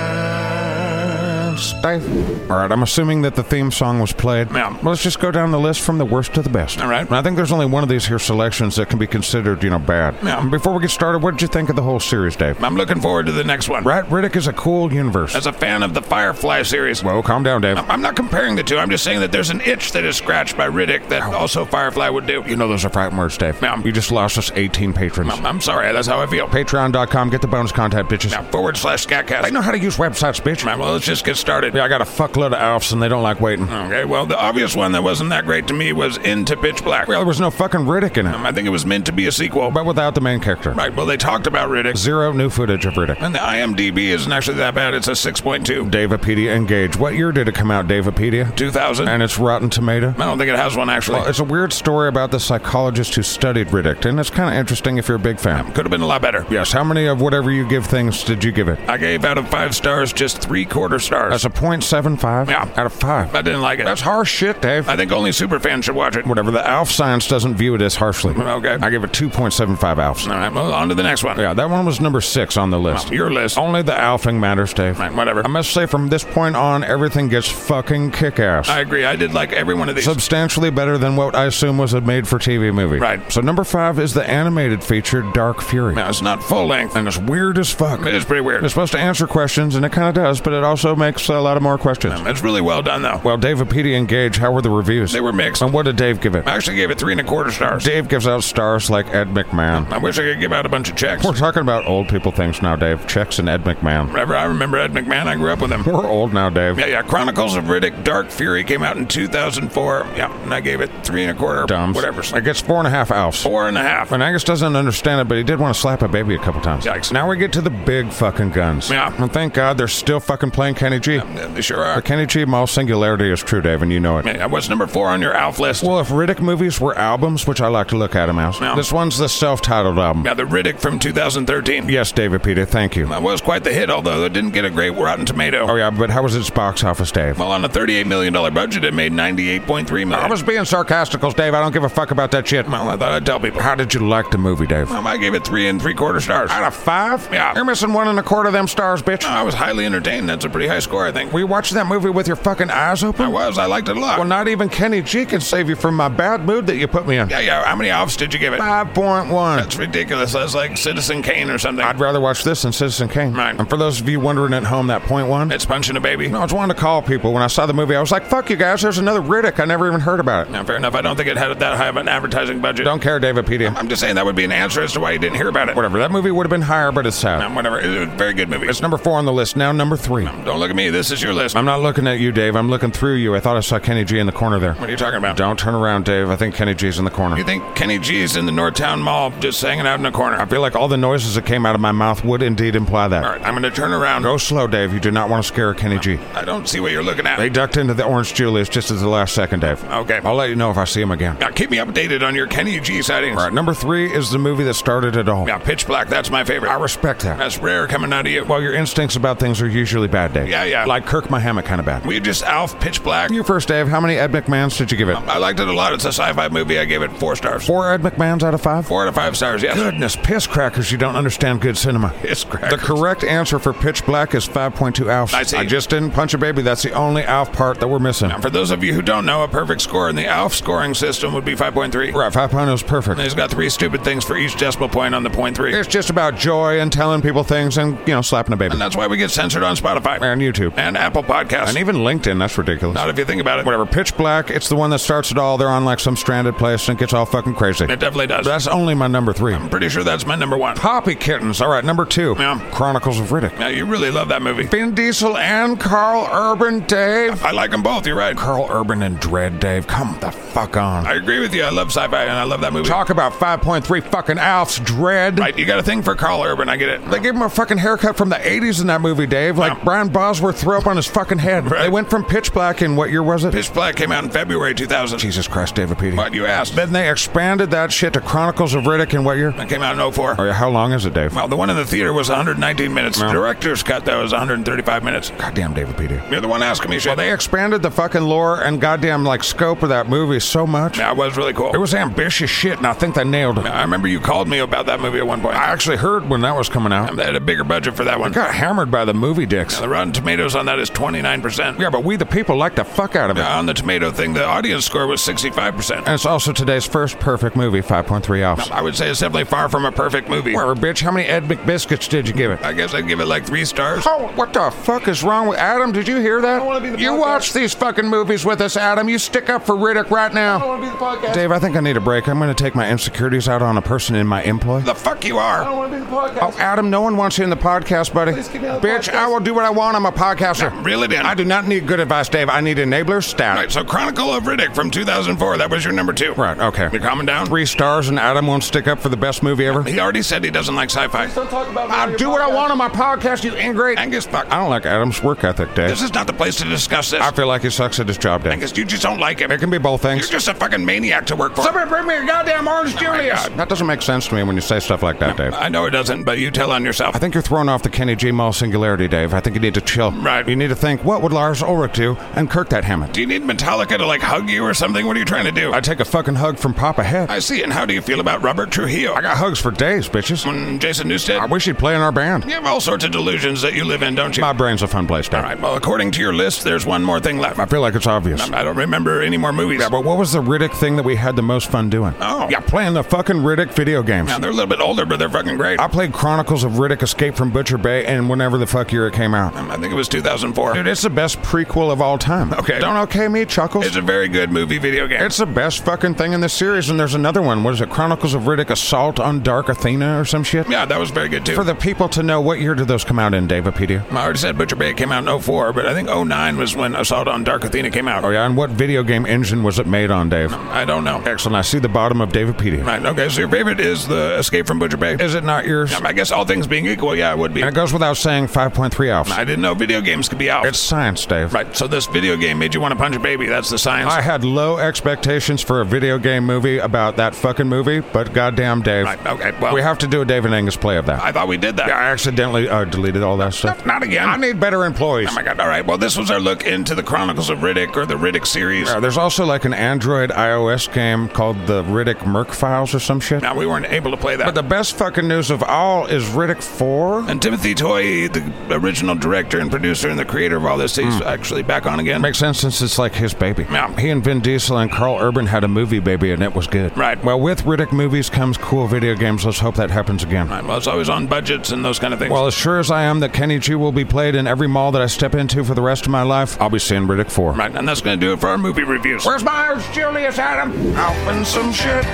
Speaker 1: Thanks, Dave. All right, I'm assuming that the theme song was played.
Speaker 2: Yeah.
Speaker 1: Let's just go down the list from the worst to the best.
Speaker 2: All right.
Speaker 1: And I think there's only one of these here selections that can be considered, you know, bad.
Speaker 2: Yeah.
Speaker 1: And Before we get started, what did you think of the whole series, Dave?
Speaker 2: I'm looking forward to the next one.
Speaker 1: Right, Riddick is a cool universe.
Speaker 2: As a fan of the Firefly series,
Speaker 1: well, calm down, Dave.
Speaker 2: I'm not comparing the two. I'm just saying that there's an itch that is scratched by Riddick that also Firefly would do.
Speaker 1: you know those are frightened words, Dave.
Speaker 2: Yeah.
Speaker 1: You just lost us 18 patrons.
Speaker 2: I'm sorry, that's how I feel.
Speaker 1: Patreon.com, get the bonus content, bitches.
Speaker 2: Now, forward slash scatcast.
Speaker 1: I know how to use websites, bitch.
Speaker 2: Right, well, let's just get started.
Speaker 1: Yeah, I got a fuckload of alfs and they don't like waiting.
Speaker 2: Okay, well, the obvious one that wasn't that great to me was Into Pitch Black.
Speaker 1: Well, there was no fucking Riddick in it,
Speaker 2: I think it was meant to be a sequel. But,
Speaker 1: but without the main character.
Speaker 2: right, well, they talked about Riddick.
Speaker 1: Zero new footage of Riddick.
Speaker 2: And the IMDb isn't actually that bad. It's a 6.2.
Speaker 1: Davapedia Engage. What year did it come out, Davapedia?
Speaker 2: 2000.
Speaker 1: And it's Rotten Tomato.
Speaker 2: I don't think it has one, actually.
Speaker 1: Well, it's a weird story about the psychologist who studied Riddick, and it's kind of interesting if you're a big fan.
Speaker 2: Could have been a lot better.
Speaker 1: Yes, how many of whatever you give things did you give it?
Speaker 2: I gave out of five stars just three quarter stars.
Speaker 1: That's a .75
Speaker 2: Yeah.
Speaker 1: out of 5.
Speaker 2: I didn't like it.
Speaker 1: That's harsh shit, Dave.
Speaker 2: I think only superfans should watch it.
Speaker 1: Whatever, the ALF science doesn't view it as harshly.
Speaker 2: Okay.
Speaker 1: I give it 2.75 ALFs.
Speaker 2: All right, well, on to the next one.
Speaker 1: Yeah, that one was number 6 on the list.
Speaker 2: Your list.
Speaker 1: Only the alfing matters, Dave.
Speaker 2: Right, whatever.
Speaker 1: I must say, from this point on, everything gets fucking kick-ass.
Speaker 2: I agree. I did like every one of these.
Speaker 1: substantially better than what I assume was a made-for-TV movie.
Speaker 2: Right.
Speaker 1: So number five is the animated feature Dark Fury.
Speaker 2: now, it's not full length, and it's
Speaker 1: Weird as fuck.
Speaker 2: It is pretty weird.
Speaker 1: It's supposed to answer questions, and it kind of does, but it also makes a lot of more questions.
Speaker 2: It's really well done, though.
Speaker 1: Well, Dave Apedi and Gage, how were the reviews?
Speaker 2: They were mixed.
Speaker 1: And what did Dave give it?
Speaker 2: I actually gave it three and a quarter stars.
Speaker 1: Dave gives out stars like Ed McMahon.
Speaker 2: I wish I could give out a bunch of checks.
Speaker 1: We're talking about old people things now, Dave. Checks and Ed McMahon.
Speaker 2: Remember, I remember Ed McMahon. I grew up with him.
Speaker 1: We're old now, Dave.
Speaker 2: Yeah, yeah. Chronicles of Riddick: Dark Fury came out in 2004. Yeah, and I gave it three and a quarter.
Speaker 1: Dumbs.
Speaker 2: Whatever.
Speaker 1: It gets four and a half alfs.
Speaker 2: Four and a half.
Speaker 1: And Angus doesn't understand it, but he did want to slap a baby a couple times.
Speaker 2: Yikes.
Speaker 1: Now we get to the big fucking guns.
Speaker 2: Yeah.
Speaker 1: And thank God they're still fucking playing Kenny G.
Speaker 2: Yeah, They sure are.
Speaker 1: The Kenny G mall singularity is true, Dave, and you know it.
Speaker 2: Yeah, what's number four on your Alf list?
Speaker 1: Well, if Riddick movies were albums, which I like to look at them as,
Speaker 2: Yeah.
Speaker 1: this one's the self-titled album.
Speaker 2: Now, the Riddick from 2013.
Speaker 1: Yes, David Peter, thank you.
Speaker 2: That was quite the hit, although it didn't get a great Rotten Tomato.
Speaker 1: Oh yeah, but how was its box office, Dave?
Speaker 2: Well, on a $38 million budget, it made $98.3 million.
Speaker 1: I was being sarcastical, Dave. I don't give a fuck about that shit.
Speaker 2: well, I thought I'd tell people.
Speaker 1: How did you like the movie, Dave?
Speaker 2: Um, I gave it three and three quarter stars.
Speaker 1: Out of five?
Speaker 2: Yeah.
Speaker 1: You're missing one and a quarter of them stars, bitch.
Speaker 2: I was highly entertained. That's a pretty high score, I think.
Speaker 1: Were you watching that movie with your fucking eyes
Speaker 2: I
Speaker 1: open?
Speaker 2: was. I liked it a lot.
Speaker 1: Well, not even Kenny G can save you from my bad mood that you put me in.
Speaker 2: yeah, yeah. How many offs did you give it?
Speaker 1: 5.1.
Speaker 2: That's ridiculous. That's like Citizen Kane or something.
Speaker 1: I'd rather watch this than Citizen Kane.
Speaker 2: Right.
Speaker 1: And for those of you wondering at home, that point one,
Speaker 2: it's punching a baby.
Speaker 1: I was wanting to call people when I saw the movie. I was like, fuck you guys, there's another Riddick. I never even heard about it.
Speaker 2: Now, fair enough. I don't think it had that high of an advertising budget.
Speaker 1: Don't care, David Pedia.
Speaker 2: I'm just saying that would be an answer as to why you didn't hear about it.
Speaker 1: Whatever. That movie would have been higher, but it's sad.
Speaker 2: Um, whatever. It was a very good movie.
Speaker 1: It's number Um, four on the list. Now number three.
Speaker 2: Don't look at me. This is your list.
Speaker 1: I'm not looking at you, Dave. I'm looking through you. I thought I saw Kenny G in the corner there.
Speaker 2: What are you talking about?
Speaker 1: Don't turn around, Dave. I think Kenny G's in the corner.
Speaker 2: You think Kenny G's in the Northtown Mall just hanging out in a corner?
Speaker 1: I feel like all the noises that came out of my mouth would indeed imply
Speaker 2: All
Speaker 1: that.
Speaker 2: right, I'm going to turn around.
Speaker 1: Go slow, Dave. You do not want to scare Kenny G.
Speaker 2: I don't see what you're looking at.
Speaker 1: They ducked into the Orange Julius just at the last second, Dave.
Speaker 2: Okay.
Speaker 1: I'll let you know if I see him again.
Speaker 2: Now keep me updated on your Kenny G sightings.
Speaker 1: All right, number three is the movie that started it all.
Speaker 2: Yeah, Pitch Black. That's my favorite.
Speaker 1: I respect that.
Speaker 2: That's rare coming out of you.
Speaker 1: Well, your instincts about things are usually bad, Dave.
Speaker 2: Yeah, yeah.
Speaker 1: Like Kirk Mahamet kind of bad.
Speaker 2: We just Alf Pitch Black.
Speaker 1: Your first, Dave, how many Ed McMahons did you give it?
Speaker 2: I liked it a lot. It's a sci-fi movie. I gave it four stars.
Speaker 1: Four Ed McMahons out of five?
Speaker 2: Four out of five stars. Yes.
Speaker 1: Goodness, piss crackers, you don't understand good cinema.
Speaker 2: It's crackers.
Speaker 1: The correct answer for Pitch Black is 5.2 Alf.
Speaker 2: I see.
Speaker 1: just didn't punch a baby. That's the only Alf part that we're missing.
Speaker 2: For those of you who don't know, a perfect score in the Alf scoring system would be 5.3.
Speaker 1: Right, 5.0 is perfect.
Speaker 2: And He's got three stupid things for each decimal point on the point three.
Speaker 1: It's just about joy and telling people things and, you know, slapping a baby.
Speaker 2: And that's why we get censored on Spotify
Speaker 1: And YouTube.
Speaker 2: and Apple Podcasts.
Speaker 1: And even LinkedIn, that's ridiculous.
Speaker 2: Not if you think about it.
Speaker 1: Whatever, Pitch Black, it's the one that starts it all. They're on like some stranded place and it gets all fucking crazy.
Speaker 2: It definitely does.
Speaker 1: That's only my number three.
Speaker 2: I'm pretty sure that's my number one.
Speaker 1: Poppy Kittens. All right, number two.
Speaker 2: Yeah.
Speaker 1: Chronicles of Riddick.
Speaker 2: Now, you really love that movie.
Speaker 1: Vin Diesel and Carl Urban, Dave.
Speaker 2: I like them both. You're right.
Speaker 1: Carl Urban and Dread, Dave. Come the fuck on.
Speaker 2: I agree with you. I love sci-fi and I love that movie.
Speaker 1: Talk about 5.3 fucking Alf's Dread.
Speaker 2: Right, you got a thing for Carl Urban. I get it.
Speaker 1: They gave him a fucking haircut from the 80s in that movie, Dave. Like
Speaker 2: Yeah.
Speaker 1: Brian Bosworth threw up on his fucking head.
Speaker 2: Right.
Speaker 1: They went from pitch black in what year was it?
Speaker 2: Pitch Black came out in February 2000.
Speaker 1: Jesus Christ, David Petey.
Speaker 2: What you asked?
Speaker 1: Then they expanded that shit to Chronicles of Riddick in what year?
Speaker 2: That came out in 04.
Speaker 1: Oh, yeah, how long is it, Dave?
Speaker 2: Well, the one in the theater was 119 minutes. The director's cut, though, was 135 minutes.
Speaker 1: Goddamn, David Petey.
Speaker 2: You're the one asking me shit.
Speaker 1: They expanded the fucking lore and goddamn like scope of that movie so much.
Speaker 2: That was really cool.
Speaker 1: It was ambitious shit, and I think they nailed it.
Speaker 2: I remember you called me about that movie at one point.
Speaker 1: I actually heard when that was coming out.
Speaker 2: They had a bigger budget for that one.
Speaker 1: Got hammered by the movie dicks.
Speaker 2: The Rotten Tomato tomatoes on that is 29%.
Speaker 1: Yeah, but we the people like the fuck out of it.
Speaker 2: Yeah, on the tomato thing, the audience score was 65%.
Speaker 1: And it's also today's first perfect movie, 5.3 offs.
Speaker 2: I would say it's definitely far from a perfect movie.
Speaker 1: Whatever, bitch. How many Ed McBiscuits did you give it?
Speaker 2: I guess I'd give it like three stars.
Speaker 1: Oh, what the fuck is wrong with Adam? Did you hear that?
Speaker 2: wanna be the
Speaker 1: you
Speaker 2: podcast.
Speaker 1: watch these fucking movies with us, Adam. You stick up for Riddick right now.
Speaker 2: want to be the podcast.
Speaker 1: Dave, I think I need a break. I'm going to take my insecurities out on a person in my employ.
Speaker 2: The fuck you are.
Speaker 3: want to be the podcast.
Speaker 1: Oh, Adam, no one wants you in the podcast, buddy.
Speaker 3: get me out of the
Speaker 1: Bitch, I will do what I want. I'm a podcaster.
Speaker 2: Really, Dan?
Speaker 1: I do not need good advice, Dave. I need enablers,
Speaker 2: All
Speaker 1: stat.
Speaker 2: right, so Chronicle of Riddick from 2004. That was your number two.
Speaker 1: Right, okay.
Speaker 2: You're calming down?
Speaker 1: Three stars and Adam won't stick up for the best movie ever.
Speaker 2: He already said he doesn't like sci-fi.
Speaker 3: Don't talk about
Speaker 1: I do what I want on my podcast, you ingrate.
Speaker 2: Angus, fuck.
Speaker 1: I don't like Adam's work ethic, Dave.
Speaker 2: This is not the place to discuss this.
Speaker 1: I feel like he sucks at his job, Dave.
Speaker 2: Angus, you just don't like him.
Speaker 1: It can be both
Speaker 2: You're
Speaker 1: things.
Speaker 2: just a fucking maniac to work for.
Speaker 1: Somebody bring me a goddamn orange Julius. That doesn't make sense to me when you say stuff like that, Dave.
Speaker 2: I know it doesn't, but you tell on yourself.
Speaker 1: I think you're throwing off the Kenny G. Mall singularity, Dave. I think you need to chill.
Speaker 2: Right.
Speaker 1: You need to think, what would Lars Ulrich do and Kirk that Hammett?
Speaker 2: Do you need Metallica to like hug you or something? What are you trying to do?
Speaker 1: I take a fucking hug from Papa Head.
Speaker 2: I see. And how do you feel about Robert Trujillo? I
Speaker 1: I got hugs for days, bitches.
Speaker 2: got Jason Newsted.
Speaker 1: I wish he'd play in our band.
Speaker 2: You have all sorts of delusions that you live in, don't you?
Speaker 1: My brain's a fun place, Dave.
Speaker 2: All right. Well, according to your list, there's one more thing left.
Speaker 1: I feel like it's obvious.
Speaker 2: I don't remember any more movies.
Speaker 1: But what was the Riddick thing that we had the most fun doing?
Speaker 2: Oh.
Speaker 1: Yeah, playing the fucking Riddick video games.
Speaker 2: Now, they're a little bit older, but they're fucking great.
Speaker 1: I played Chronicles of Riddick Escape from Butcher Bay and whenever the fuck year it came out.
Speaker 2: Um, I think it was 2004.
Speaker 1: Dude, it's the best prequel of all time.
Speaker 2: Okay.
Speaker 1: Don't okay me, Chuckles.
Speaker 2: It's a very good movie video game.
Speaker 1: It's the best fucking thing in the series, and there's another one. What is it? Chronicles of Riddick Assault on Dark Athena or some shit?
Speaker 2: yeah, that was very good too.
Speaker 1: For the people to know, what year did those come out in, Davipedia?
Speaker 2: I already said Butcher Bay came out in 04, but I think 09 was when Assault on Dark Athena came out.
Speaker 1: Oh, yeah, and what video game engine was it made on, Dave?
Speaker 2: I don't know.
Speaker 1: Excellent. I see the bottom of Davipedia.
Speaker 2: Right, okay, so your favorite is the Escape from Butcher Bay.
Speaker 1: Is it not yours?
Speaker 2: Um, I guess all things being equal, yeah, it would be.
Speaker 1: And it goes without saying 5.3 alpha.
Speaker 2: I didn't know video games could be out.
Speaker 1: It's science, Dave.
Speaker 2: right, so this video game made you want to punch a baby. That's the science.
Speaker 1: I had low expectations for a video game movie about that fucking movie, but goddamn, Dave.
Speaker 2: right, okay, well,
Speaker 1: We have to do a Dave and Angus play of that.
Speaker 2: I thought we did that.
Speaker 1: I accidentally uh, deleted all that stuff.
Speaker 2: Not again.
Speaker 1: I need better employees.
Speaker 2: oh my god, all right, well, this was our look into the Chronicles of Riddick or the Riddick series.
Speaker 1: Uh, there's also like an Android iOS game called the Riddick Merc Files or some shit.
Speaker 2: now, we weren't able to play that.
Speaker 1: But the best fucking news of all is Riddick 4
Speaker 2: And Timothy Toy, the original director and producer and the creator of all this,
Speaker 1: Hmm.
Speaker 2: he's actually back on again.
Speaker 1: Makes sense since it's like his baby.
Speaker 2: Yeah.
Speaker 1: He and Vin Diesel and Carl Urban had a movie baby and it was good.
Speaker 2: Right.
Speaker 1: Well, with Riddick movies comes cool video games. Let's hope that happens again.
Speaker 2: Right, well, it's always on budgets and those kind of things.
Speaker 1: Well, as sure as I am that Kenny G will be played in every mall that I step into for the rest of my life, I'll be seeing Riddick 4.
Speaker 2: right, and that's going to do it for our movie reviews.
Speaker 1: Where's my Irish Julius Adam? Out in some shit.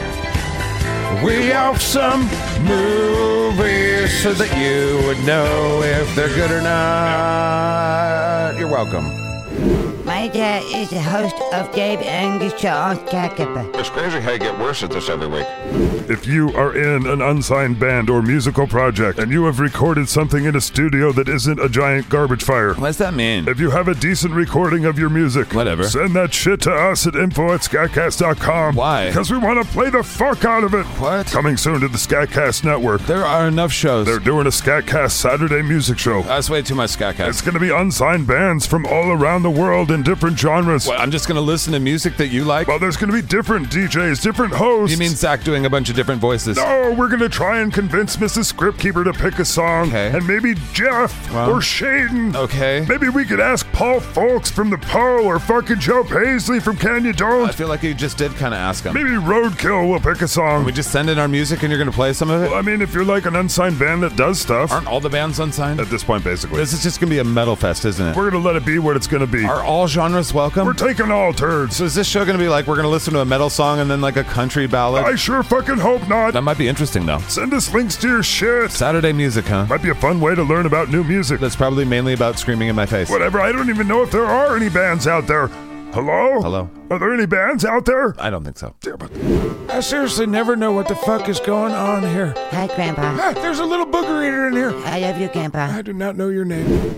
Speaker 1: We off some movies so that you would know if they're good or not. You're welcome.
Speaker 7: My dad is the host of Dave Angus Show on Kakapa.
Speaker 1: It's crazy how you get worse at this every week.
Speaker 8: If you are in an unsigned band or musical project and you have recorded something in a studio that isn't a giant garbage fire,
Speaker 6: What's that mean?
Speaker 8: if you have a decent recording of your music,
Speaker 6: Whatever.
Speaker 8: send that shit to us at info at scatcast.com.
Speaker 6: Why?
Speaker 8: Because we want to play the fuck out of it.
Speaker 6: What?
Speaker 8: Coming soon to the Scatcast Network.
Speaker 6: There are enough shows.
Speaker 8: They're doing a Scatcast Saturday music show.
Speaker 6: That's way too much
Speaker 8: It's
Speaker 6: Scatcast.
Speaker 8: going to be unsigned bands from all around the world in different genres.
Speaker 6: What, I'm just gonna listen to music that you like?
Speaker 8: Well, there's going to be different DJs, different hosts.
Speaker 6: You mean Zach doing a bunch of different voices?
Speaker 8: No, we're gonna try and convince Mrs. Scriptkeeper to pick a song,
Speaker 6: Okay.
Speaker 8: and maybe Jeff
Speaker 6: Well,
Speaker 8: or Shaden.
Speaker 6: Okay.
Speaker 8: Maybe we could ask Paul Folks from the Po or fucking Joe Paisley from Can You Don't.
Speaker 6: I feel like you just did kind of ask him.
Speaker 8: maybe Roadkill will pick a song.
Speaker 6: We just send in our music and you're gonna play some of it?
Speaker 8: Well, I mean, if you're like an unsigned band that does stuff,
Speaker 6: Aren't all the bands unsigned?
Speaker 8: at this point, basically,
Speaker 6: This is just gonna be a metal fest, isn't it?
Speaker 8: we're gonna let it be what it's gonna be.
Speaker 6: Are all genres
Speaker 8: we're
Speaker 6: welcome?
Speaker 8: taking all turns.
Speaker 6: So is this show gonna be like we're gonna listen to a metal song and then like a country ballad?
Speaker 8: I sure fucking hope not.
Speaker 6: That might be interesting though.
Speaker 8: Send us links to your shit.
Speaker 6: Saturday music, huh?
Speaker 8: Might be a fun way to learn about new music.
Speaker 6: That's probably mainly about screaming in my face.
Speaker 8: Whatever, I don't even know if there are any bands out there. Hello?
Speaker 6: Hello.
Speaker 8: Are there any bands out there?
Speaker 6: I don't think so.
Speaker 1: I seriously never know what the fuck is going on here.
Speaker 7: Hi, Grandpa.
Speaker 1: Ah, there's a little booger eater in here.
Speaker 7: I love you, Grandpa.
Speaker 1: I do not know your name.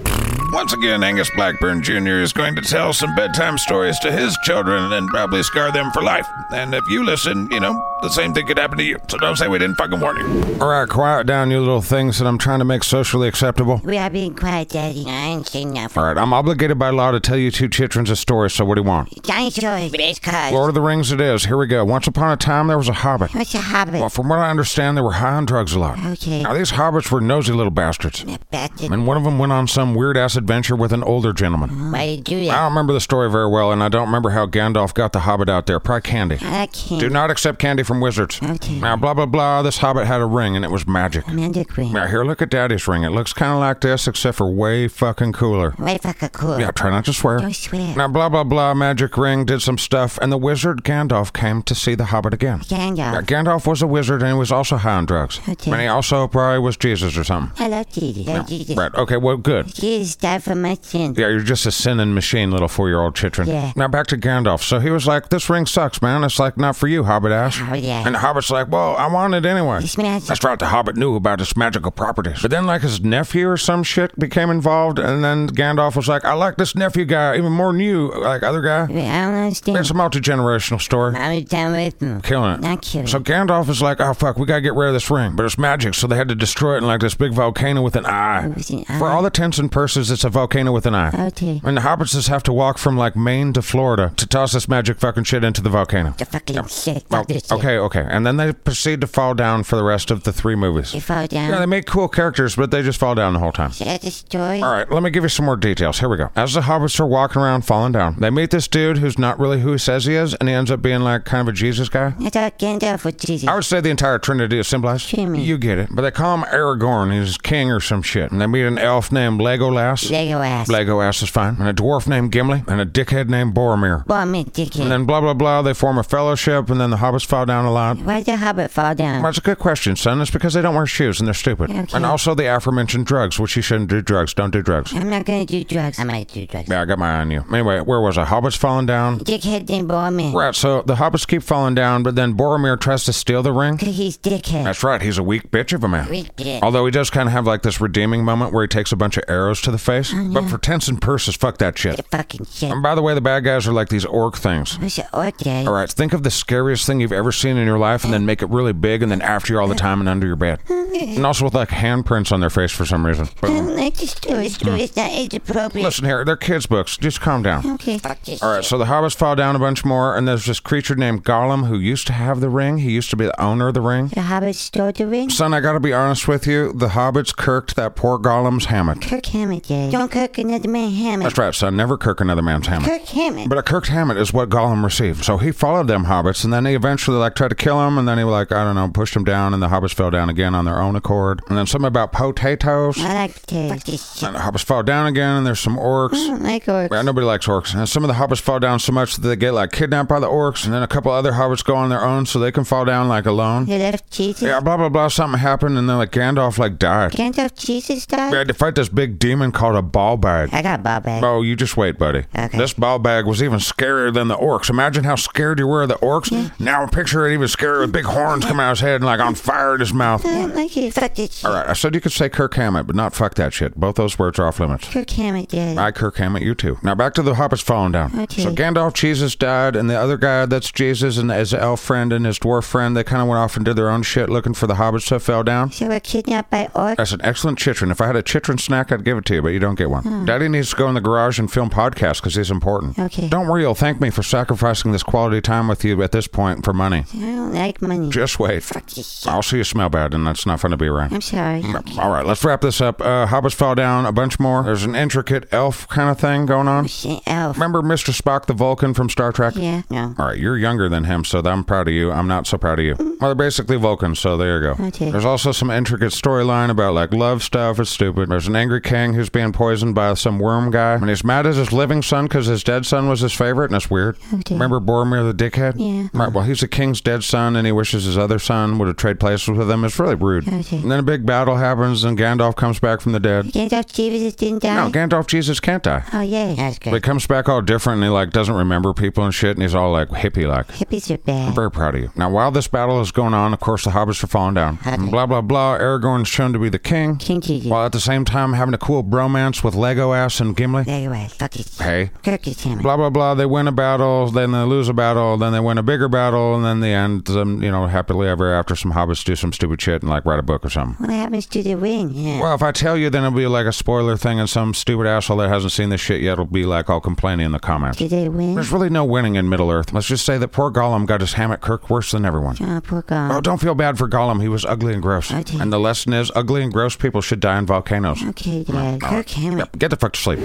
Speaker 2: Once again, Angus Blackburn Jr. is going to tell some bedtime stories to his children and probably scar them for life. And if you listen, you know, the same thing could happen to you. So don't say we didn't fucking warn you.
Speaker 1: All right, quiet down, you little things that I'm trying to make socially acceptable.
Speaker 7: We are being quiet, Daddy. I ain't seen nothing.
Speaker 1: All right, I'm obligated by law to tell you two chitrons a story, so what do you want?
Speaker 7: Dinosaurs, race cars.
Speaker 1: Lord of the Rings it is. Here we go. Once upon a time, there was a hobbit.
Speaker 7: What's a hobbit?
Speaker 1: Well, from what I understand, they were high on drugs a lot.
Speaker 7: Okay.
Speaker 1: Now, these hobbits were nosy little bastards.
Speaker 7: Bastard.
Speaker 1: And one of them went on some weird ass adventure with an older gentleman.
Speaker 7: Why did you do
Speaker 1: I
Speaker 7: that?
Speaker 1: don't remember the story very well, and I don't remember how Gandalf got the hobbit out there. Probably candy.
Speaker 7: I can't.
Speaker 1: Do not accept candy from wizards.
Speaker 7: Mm. Okay.
Speaker 1: Now, blah, blah, blah. This hobbit had a ring, and it was magic.
Speaker 7: Commander Queen.
Speaker 1: Now, here, look at Daddy's ring. It looks kind of like this, except for way fucking cooler.
Speaker 7: Why fucking cool?
Speaker 1: Yeah, try not to swear.
Speaker 7: Don't swear.
Speaker 1: Now, blah, blah, blah. Magic ring did some stuff, and the wizard Gandalf came to see the hobbit again. Now,
Speaker 7: Gandalf.
Speaker 1: Gandalf was a wizard, and he was also high on drugs.
Speaker 7: Okay.
Speaker 1: And he also probably was Jesus or something.
Speaker 7: I love Jesus. Love Jesus.
Speaker 1: Right. Okay, well, good.
Speaker 7: Jesus died for my sins.
Speaker 1: Yeah, you're just a sinning machine, little four year old chitrin.
Speaker 7: Yeah.
Speaker 1: Now back to Gandalf. So he was like, This ring sucks, man. It's like, not for you, Hobbit ass.
Speaker 7: Oh, yeah.
Speaker 1: And the Hobbit's like, Well, I want it anyway.
Speaker 7: It's magic.
Speaker 1: That's right, the Hobbit knew about its magical properties. But then, like, his nephew or some shit became involved, and then Gandalf was like, I like this nephew guy even more than you, like, other guy.
Speaker 7: Wait, I don't
Speaker 1: It's
Speaker 7: understand.
Speaker 1: a multi generational story.
Speaker 7: I was done with him.
Speaker 1: Killing it.
Speaker 7: Not killing.
Speaker 1: So Gandalf is like, oh fuck, we gotta get rid of this ring, but it's magic, so they had to destroy it in like this big volcano with an eye.
Speaker 7: With an
Speaker 1: For
Speaker 7: eye.
Speaker 1: all the tents and purses, it's a volcano with an eye.
Speaker 7: Okay.
Speaker 1: And the hobbits just have to walk from like Maine to Florida to toss this magic fucking shit into the volcano.
Speaker 7: The fucking shit.
Speaker 1: Oh,
Speaker 7: Fuck this shit.
Speaker 1: okay, okay, and then they proceed to fall down for the rest of the three movies.
Speaker 7: You fall down.
Speaker 1: Yeah, they make cool characters, but they just fall down the whole time.
Speaker 7: Is that the story?
Speaker 1: All right, let me give you some more details. Here we go. As the hobbits are walking around, falling down, they meet this dude who's not really who he says he is, and he ends up being like kind of a Jesus guy.
Speaker 7: I thought Gandalf was Jesus.
Speaker 1: I would say the entire Trinity is symbolized.
Speaker 7: Jimmy.
Speaker 1: You get it. But they call him Aragorn. He's king or some shit. And they meet an elf named Legolas.
Speaker 7: Lego ass.
Speaker 1: Legolas is fine. And a dwarf named Gimli. And a dickhead named Boromir.
Speaker 7: Well, I mean, dickhead.
Speaker 1: And then blah, blah, blah. They form a fellowship. And then the hobbits fall down a lot.
Speaker 7: Why'd the hobbit fall down?
Speaker 1: Well, that's a good question, son. It's because they don't wear shoes and they're stupid.
Speaker 7: Okay.
Speaker 1: And also the aforementioned drugs, which you shouldn't do drugs. Don't do drugs.
Speaker 7: I'm not gonna do drugs. I might do drugs.
Speaker 1: Yeah, I got my eye on you. Anyway, where was I? Hobbits falling down.
Speaker 7: Dickhead didn't bore me.
Speaker 1: Right, so the hobbits keep falling down, but then Boromir tries to steal the ring.
Speaker 7: Cause he's dickhead.
Speaker 1: That's right, he's a weak bitch of a man.
Speaker 7: Weak bitch.
Speaker 1: Although he does kind of have like this redeeming moment where he takes a bunch of arrows to the face. But for tents and purses, fuck that shit.
Speaker 7: Fucking shit. "Oh,
Speaker 1: And by the way, the bad guys are like these orc things.
Speaker 7: Who's your orc daddy?
Speaker 1: Um, All right, think of the scariest thing you've ever seen in your life and then make it really big and then after you all the time and under your bed. And also with like handprints on their face for some reason.
Speaker 7: I
Speaker 1: But
Speaker 7: don't like this story. Story It's not age appropriate.
Speaker 1: Mm. listen here, they're kids' books. Just calm down.
Speaker 7: Okay. Fuck this
Speaker 1: All right,
Speaker 7: shit.
Speaker 1: so the hobbits fall down a bunch more, and there's this creature named Gollum who used to have the ring. He used to be the owner of the ring.
Speaker 7: The hobbit stole the ring?
Speaker 1: Son, I gotta be honest with you. The hobbits kirked that poor Gollum's hammock.
Speaker 7: Kirk Hammett daddy. Don't cook another man Hammett.
Speaker 1: That's right, son. Never kirk another man's hammock.
Speaker 7: Kirk Hammett.
Speaker 1: But a kirked hammock is what Gollum received. So he followed them hobbits, and then he eventually like tried to kill him, and then he like I don't know pushed him down, and the hobbits fell down again on their own accord. And then something about potatoes.
Speaker 7: I like potatoes. Fuck this shit.
Speaker 1: And the hobbits fall down again, and there's some
Speaker 7: I
Speaker 1: orcs.
Speaker 7: don't like orcs.
Speaker 1: Yeah, nobody likes orcs. And some of the hobbits fall down so much that they get like kidnapped by the orcs, and then a couple other hobbits go on their own so they can fall down like alone.
Speaker 7: They left Jesus.
Speaker 1: Yeah, blah blah blah. Something happened, and then like Gandalf like died.
Speaker 7: Gandalf Jesus died?
Speaker 1: We had to fight this big demon called a ball bag.
Speaker 7: I got ball back.
Speaker 1: Oh, you just wait, buddy.
Speaker 7: Okay.
Speaker 1: This ball bag was even scarier than the orcs. Imagine how scared you were of the orcs. Now picture it even scarier with big horns coming out of his head and like on fire in his mouth.
Speaker 7: I don't like it. Fuck this shit.
Speaker 1: All right, I said you could say Kirk Hammett, but not fuck that shit. Both those words are off limits.
Speaker 7: Kirk Hammett daddy.
Speaker 1: I, Kirk Hammett, you too. Now back to the hobbits falling down.
Speaker 7: Okay.
Speaker 1: So Gandalf, Jesus died, and the other guy that's Jesus and his elf friend and his dwarf friend, they kind of went off and did their own shit looking for the hobbits that fell down.
Speaker 7: So we're kidnapped by orcs?
Speaker 1: That's an excellent chitrin. If I had a chitrin snack, I'd give it to you, but you don't get one.
Speaker 7: Hmm.
Speaker 1: Daddy needs to go in the garage and film podcasts because he's important.
Speaker 7: Okay.
Speaker 1: Don't worry, you'll thank me for sacrificing this quality time with you at this point for money.
Speaker 7: I don't like money.
Speaker 1: Just wait.
Speaker 7: Fuck this shit.
Speaker 1: I'll see you smell bad, and that's not fun to be around.
Speaker 7: I'm sorry.
Speaker 1: All right, let's wrap this up. Uh, hobbits fall down, a bunch more. There's an intricate elf kind of thing going on.
Speaker 7: Shit, elf.
Speaker 1: Remember Mr. Spock, the Vulcan from Star Trek?
Speaker 7: Yeah, no.
Speaker 1: All right, you're younger than him, so I'm proud of you. I'm not so proud of you. Well, they're basically Vulcans, so there you go.
Speaker 7: Okay.
Speaker 1: There's also some intricate storyline about like love stuff. It's stupid. There's an angry king who's being poisoned by some worm guy, and he's mad at his living son because his dead son was his favorite, and it's weird.
Speaker 7: Okay.
Speaker 1: Remember Boromir the dickhead?
Speaker 7: Yeah.
Speaker 1: Right. Well, he's the king's dead son, and he wishes his other son would have traded places with him. It's really rude.
Speaker 7: Okay.
Speaker 1: And then a big battle happens, and Gandalf comes back from the dead.
Speaker 7: Gandalf Jesus didn't die?
Speaker 1: No, Gandalf Jesus can't die.
Speaker 7: Oh, yeah. That's good.
Speaker 1: But he comes back all different, and he like doesn't remember people and shit, and he's all like hippie like.
Speaker 7: Hippies are bad.
Speaker 1: I'm very proud of you. Now, while this battle is going on, of course, the hobbits are falling down. And blah, blah, blah. Aragorn's shown to be the king,
Speaker 7: King Jesus.
Speaker 1: while at the same time having a cool bromance with Lego Ass and Gimli.
Speaker 7: There you are. Fuck this shit.
Speaker 1: Hey.
Speaker 7: Kirk is Hammett.
Speaker 1: Blah, blah, blah. They win a battle, then they lose a battle, then they win a bigger battle, and then the end, um, you know, happily ever after, some hobbits do some stupid shit and, like, write a book or something.
Speaker 7: What happens to the wing? Yeah.
Speaker 1: Well, if I tell you, then it'll be like a spoiler thing, and some stupid asshole that hasn't seen this shit yet will be like all complaining in the comments.
Speaker 7: Do they win?
Speaker 1: There's really no winning in Middle Earth. Let's just say that poor Gollum got his hammock kirk worse than everyone.
Speaker 7: Oh, poor
Speaker 1: Oh,
Speaker 7: guy.
Speaker 1: don't feel bad for Gollum. He was ugly and gross.
Speaker 7: I did.
Speaker 1: And the lesson is ugly and gross people should die in volcanoes.
Speaker 7: Okay,
Speaker 1: Oh
Speaker 7: Dad. Kirk Hammett.
Speaker 1: Get the fuck to sleep.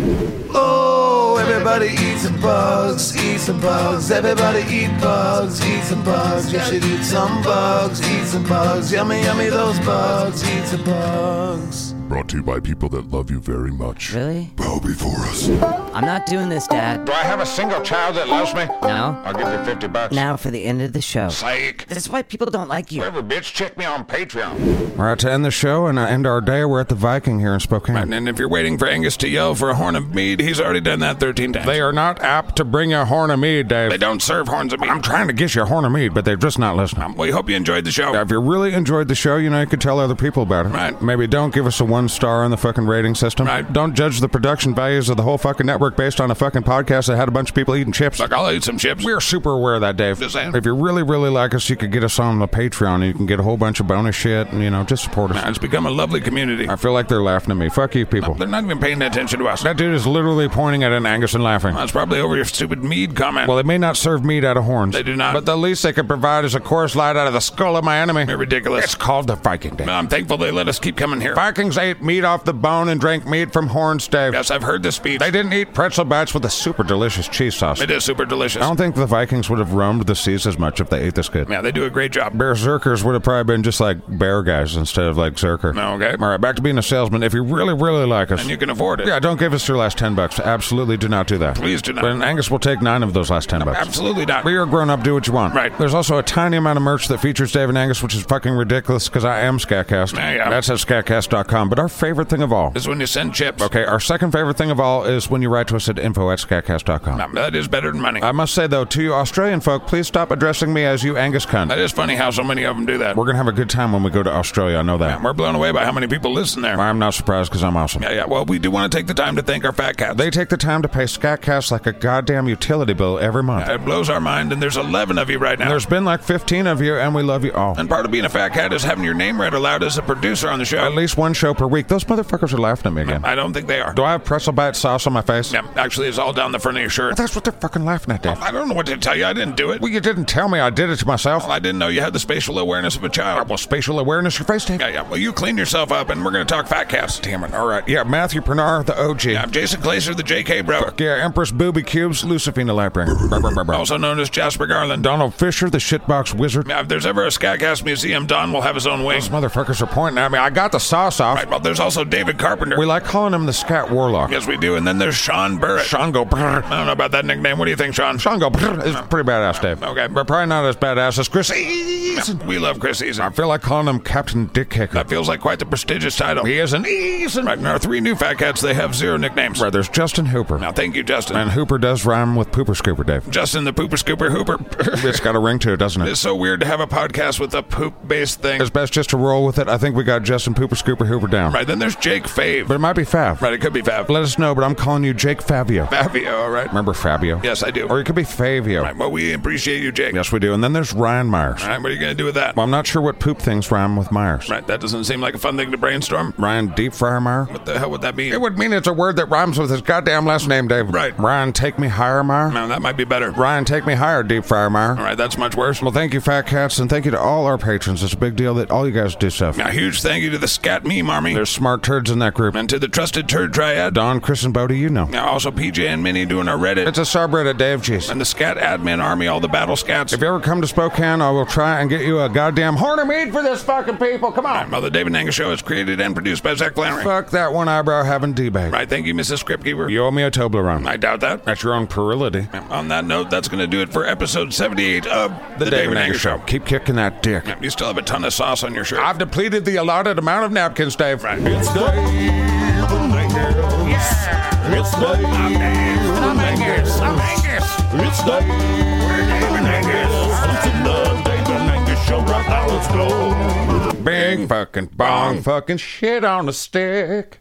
Speaker 5: Oh, everybody eat some bugs, eat some bugs. Everybody eat bugs, eat some bugs. You should eat some bugs, eat some bugs. Yummy, yummy, those bugs, eat some bugs.
Speaker 3: Brought to you by people that love you very much.
Speaker 9: Really?
Speaker 3: Bow before us.
Speaker 9: I'm not doing this, Dad.
Speaker 2: Do I have a single child that loves me?
Speaker 9: No.
Speaker 2: I'll give you 50 bucks.
Speaker 9: Now for the end of the show.
Speaker 2: Psych.
Speaker 9: That's why people don't like you.
Speaker 2: Whatever, bitch, check me on Patreon.
Speaker 1: All right, to end the show and uh, end our day, we're at the Viking here in Spokane.
Speaker 2: And if you're waiting for Angus to yell for a horn of mead, he's already done that 13 times.
Speaker 1: They are not apt to bring a horn of mead, Dave.
Speaker 2: They don't serve horns of mead.
Speaker 1: I'm trying to get you a horn of mead, but they're just not listening.
Speaker 2: Um, we hope you enjoyed the show.
Speaker 1: If you really enjoyed the show, you know you could tell other people about it.
Speaker 2: Right.
Speaker 1: Maybe don't give us a one star on the fucking rating system.
Speaker 2: Right.
Speaker 1: Don't judge the production values of the whole fucking network based on a fucking podcast that had a bunch of people eating chips.
Speaker 2: Look, I'll eat some chips.
Speaker 1: We're super aware of that, Dave.
Speaker 2: Just saying.
Speaker 1: If you really, really like us, you could get us on the Patreon and you can get a whole bunch of bonus shit and, you know, just support us.
Speaker 2: Nah, it's become a lovely community.
Speaker 1: I feel like they're laughing at me. Fuck you, people.
Speaker 2: They're not even paying attention to us.
Speaker 1: That dude is literally pointing at an Angus and laughing.
Speaker 2: That's probably over your stupid mead comment.
Speaker 1: Well, they may not serve meat out of horns.
Speaker 2: They do not.
Speaker 1: But the least they could provide is a chorus light out of the skull of my enemy.
Speaker 2: You're ridiculous.
Speaker 1: It's called the Viking Day.
Speaker 2: I'm thankful they let us keep coming here.
Speaker 1: Vikings ate meat off the bone and drank meat from horns, Dave.
Speaker 2: Yes, I've heard this speech.
Speaker 1: They didn't eat pretzel bites with a super delicious cheese sauce.
Speaker 2: It is super delicious.
Speaker 1: I don't think the Vikings would have roamed the seas as much if they ate this good.
Speaker 2: Yeah, they do a great job.
Speaker 1: Berserkers would have probably been just like bear guys instead of like Zerker.
Speaker 2: Okay.
Speaker 1: All right, back to being a salesman. If you really, really like us,
Speaker 2: And you can afford it.
Speaker 1: yeah, don't give us your last ten bucks. Absolutely, do not do that.
Speaker 2: Please do not.
Speaker 1: But Angus will take nine of those last ten bucks.
Speaker 2: Absolutely not.
Speaker 1: But you're grown up, do what you want.
Speaker 2: Right.
Speaker 1: There's also a tiny amount of merch that features Dave and Angus, which is fucking ridiculous because I am Scatcast.
Speaker 2: Yeah, yeah.
Speaker 1: That's at scatcast.com. But our favorite thing of all,
Speaker 2: This is when you send chips.
Speaker 1: okay, our second favorite thing of all is when you write to us at info at scatcast.com.
Speaker 2: Um, that is better than money.
Speaker 1: I must say, though, to you Australian folk, please stop addressing me as you Angus cunt.
Speaker 2: that is funny how so many of them do that.
Speaker 1: We're going to have a good time when we go to Australia. I know that.
Speaker 2: We're blown away by how many people listen there.
Speaker 1: I'm not surprised because I'm awesome.
Speaker 2: Yeah, yeah. Well, we do want to take the time to thank our fat cats.
Speaker 1: They take the time to pay Scatcast like a goddamn utility bill every month.
Speaker 2: it blows our mind, and there's 11 of you right now.
Speaker 1: There's been like 15 of you, and we love you all.
Speaker 2: and part of being a fat cat is having your name read aloud as a producer on the show.
Speaker 1: At least one show per week. Those motherfuckers are laughing at me again.
Speaker 2: I don't think they are.
Speaker 1: Do I have pretzel bite sauce on my face?
Speaker 2: Yeah, actually, it's all down the front of your shirt.
Speaker 1: That's what they're fucking laughing at, Dave.
Speaker 2: I don't know what to tell you. I didn't do it.
Speaker 1: Well, you didn't tell me I did it to myself.
Speaker 2: I didn't know you had the spatial awareness of a child.
Speaker 1: Well, spatial awareness, your face, Dave.
Speaker 2: Yeah, yeah. Well, you clean yourself up, and we're going to talk fat cats. Damn it. All right.
Speaker 1: Yeah, Matthew Pernar, the OG. Yeah,
Speaker 2: I'm Jason Glaser, the JK bro,
Speaker 1: Empress Booby Cubes, Lucifina Lapring.
Speaker 2: also known as Jasper Garland.
Speaker 1: Donald Fisher, the shitbox wizard.
Speaker 2: Yeah, if there's ever a Skycast museum, Don will have his own wing.
Speaker 1: These motherfuckers are pointing at me. I got the sauce off.
Speaker 2: Right, well, there's also David Carpenter.
Speaker 1: We like calling him the Scat Warlock.
Speaker 2: yes, we do. And then there's Sean Burrett.
Speaker 1: Sean go brrr.
Speaker 2: I don't know about that nickname. What do you think, Sean?
Speaker 1: Sean go brrr is pretty badass, Dave.
Speaker 2: Okay.
Speaker 1: But probably not as badass as Chris Eason.
Speaker 2: Yeah, We love Chris Eason.
Speaker 1: I feel like calling him Captain Dick Kicker.
Speaker 2: That feels like quite the prestigious title.
Speaker 1: He is an
Speaker 2: Eason. Right, and our three new fat cats, they have zero nicknames.
Speaker 1: Right, there's Justin Hooper.
Speaker 2: Now, thank you, Justin.
Speaker 1: And Hooper does rhyme with pooper scooper, Dave.
Speaker 2: Justin the Pooper Scooper Hooper.
Speaker 1: It's got a ring to it, doesn't it?
Speaker 2: it's so weird to have a podcast with a poop based thing.
Speaker 1: It's best just to roll with it. I think we got Justin Pooper Scooper Hooper down.
Speaker 2: Right, then there's Jake Fave.
Speaker 1: But it might be Fav.
Speaker 2: Right, it could be Fav.
Speaker 1: Let us know, but I'm calling you Jake Fabio.
Speaker 2: Fabio, all right.
Speaker 1: Remember Fabio?
Speaker 2: Yes, I do.
Speaker 1: Or it could be Fabio.
Speaker 2: Right, well, we appreciate you, Jake.
Speaker 1: Yes, we do. And then there's Ryan Myers.
Speaker 2: All right, what are you going to do with that?
Speaker 1: Well, I'm not sure what poop things rhyme with Myers.
Speaker 2: Right, that doesn't seem like a fun thing to brainstorm.
Speaker 1: Ryan Deep Fryer Meyer?
Speaker 2: What the hell would that be?
Speaker 1: It would mean it's a word that rhymes with his goddamn last name, Dave.
Speaker 2: Right.
Speaker 1: Ryan Take Me Higher Meyer?
Speaker 2: No, that might be better.
Speaker 1: Ryan Take Me Higher Deep Fryer Meyer?
Speaker 2: All right, that's much worse.
Speaker 1: Well, thank you, Fat Cats, and thank you to all our patrons. It's a big deal that all you guys do stuff.
Speaker 2: A huge thank you to the Scat Meme Army
Speaker 1: There's smart turds in that group.
Speaker 2: and to the Trusted Turd Triad.
Speaker 1: Don, Chris, and Bodie, you know.
Speaker 2: Now, also PJ and Minnie doing our Reddit
Speaker 1: It's a subreddit, Dave. Jeez.
Speaker 2: and the Scat Admin Army, all the battle scats.
Speaker 1: If you ever come to Spokane, I will try and get you a goddamn horn of meat for this fucking people. Come
Speaker 2: All right,
Speaker 1: on.
Speaker 2: Mother David Angus Show is created and produced by Zach Flannery. All
Speaker 1: Fuck that one eyebrow having debate.
Speaker 2: right, thank you, Mrs. Scriptkeeper.
Speaker 1: You owe me a Toblerone.
Speaker 2: I doubt that.
Speaker 1: That's your own puerility.
Speaker 2: On that note, that's going to do it for episode 78 of The,
Speaker 1: The
Speaker 2: David
Speaker 1: David Anger
Speaker 2: Angus
Speaker 1: Show.
Speaker 2: Show.
Speaker 1: Keep kicking that dick.
Speaker 2: You still have a ton of sauce on your shirt.
Speaker 1: I've depleted the allotted amount of napkins, Dave.
Speaker 2: Right.
Speaker 3: It's Dave and Angus. It's Dave and Angus. It's Dave and Angus. Onto the Dave and Angus Show right now. Let's go.
Speaker 1: Bing, fucking bong, fucking shit on a stick.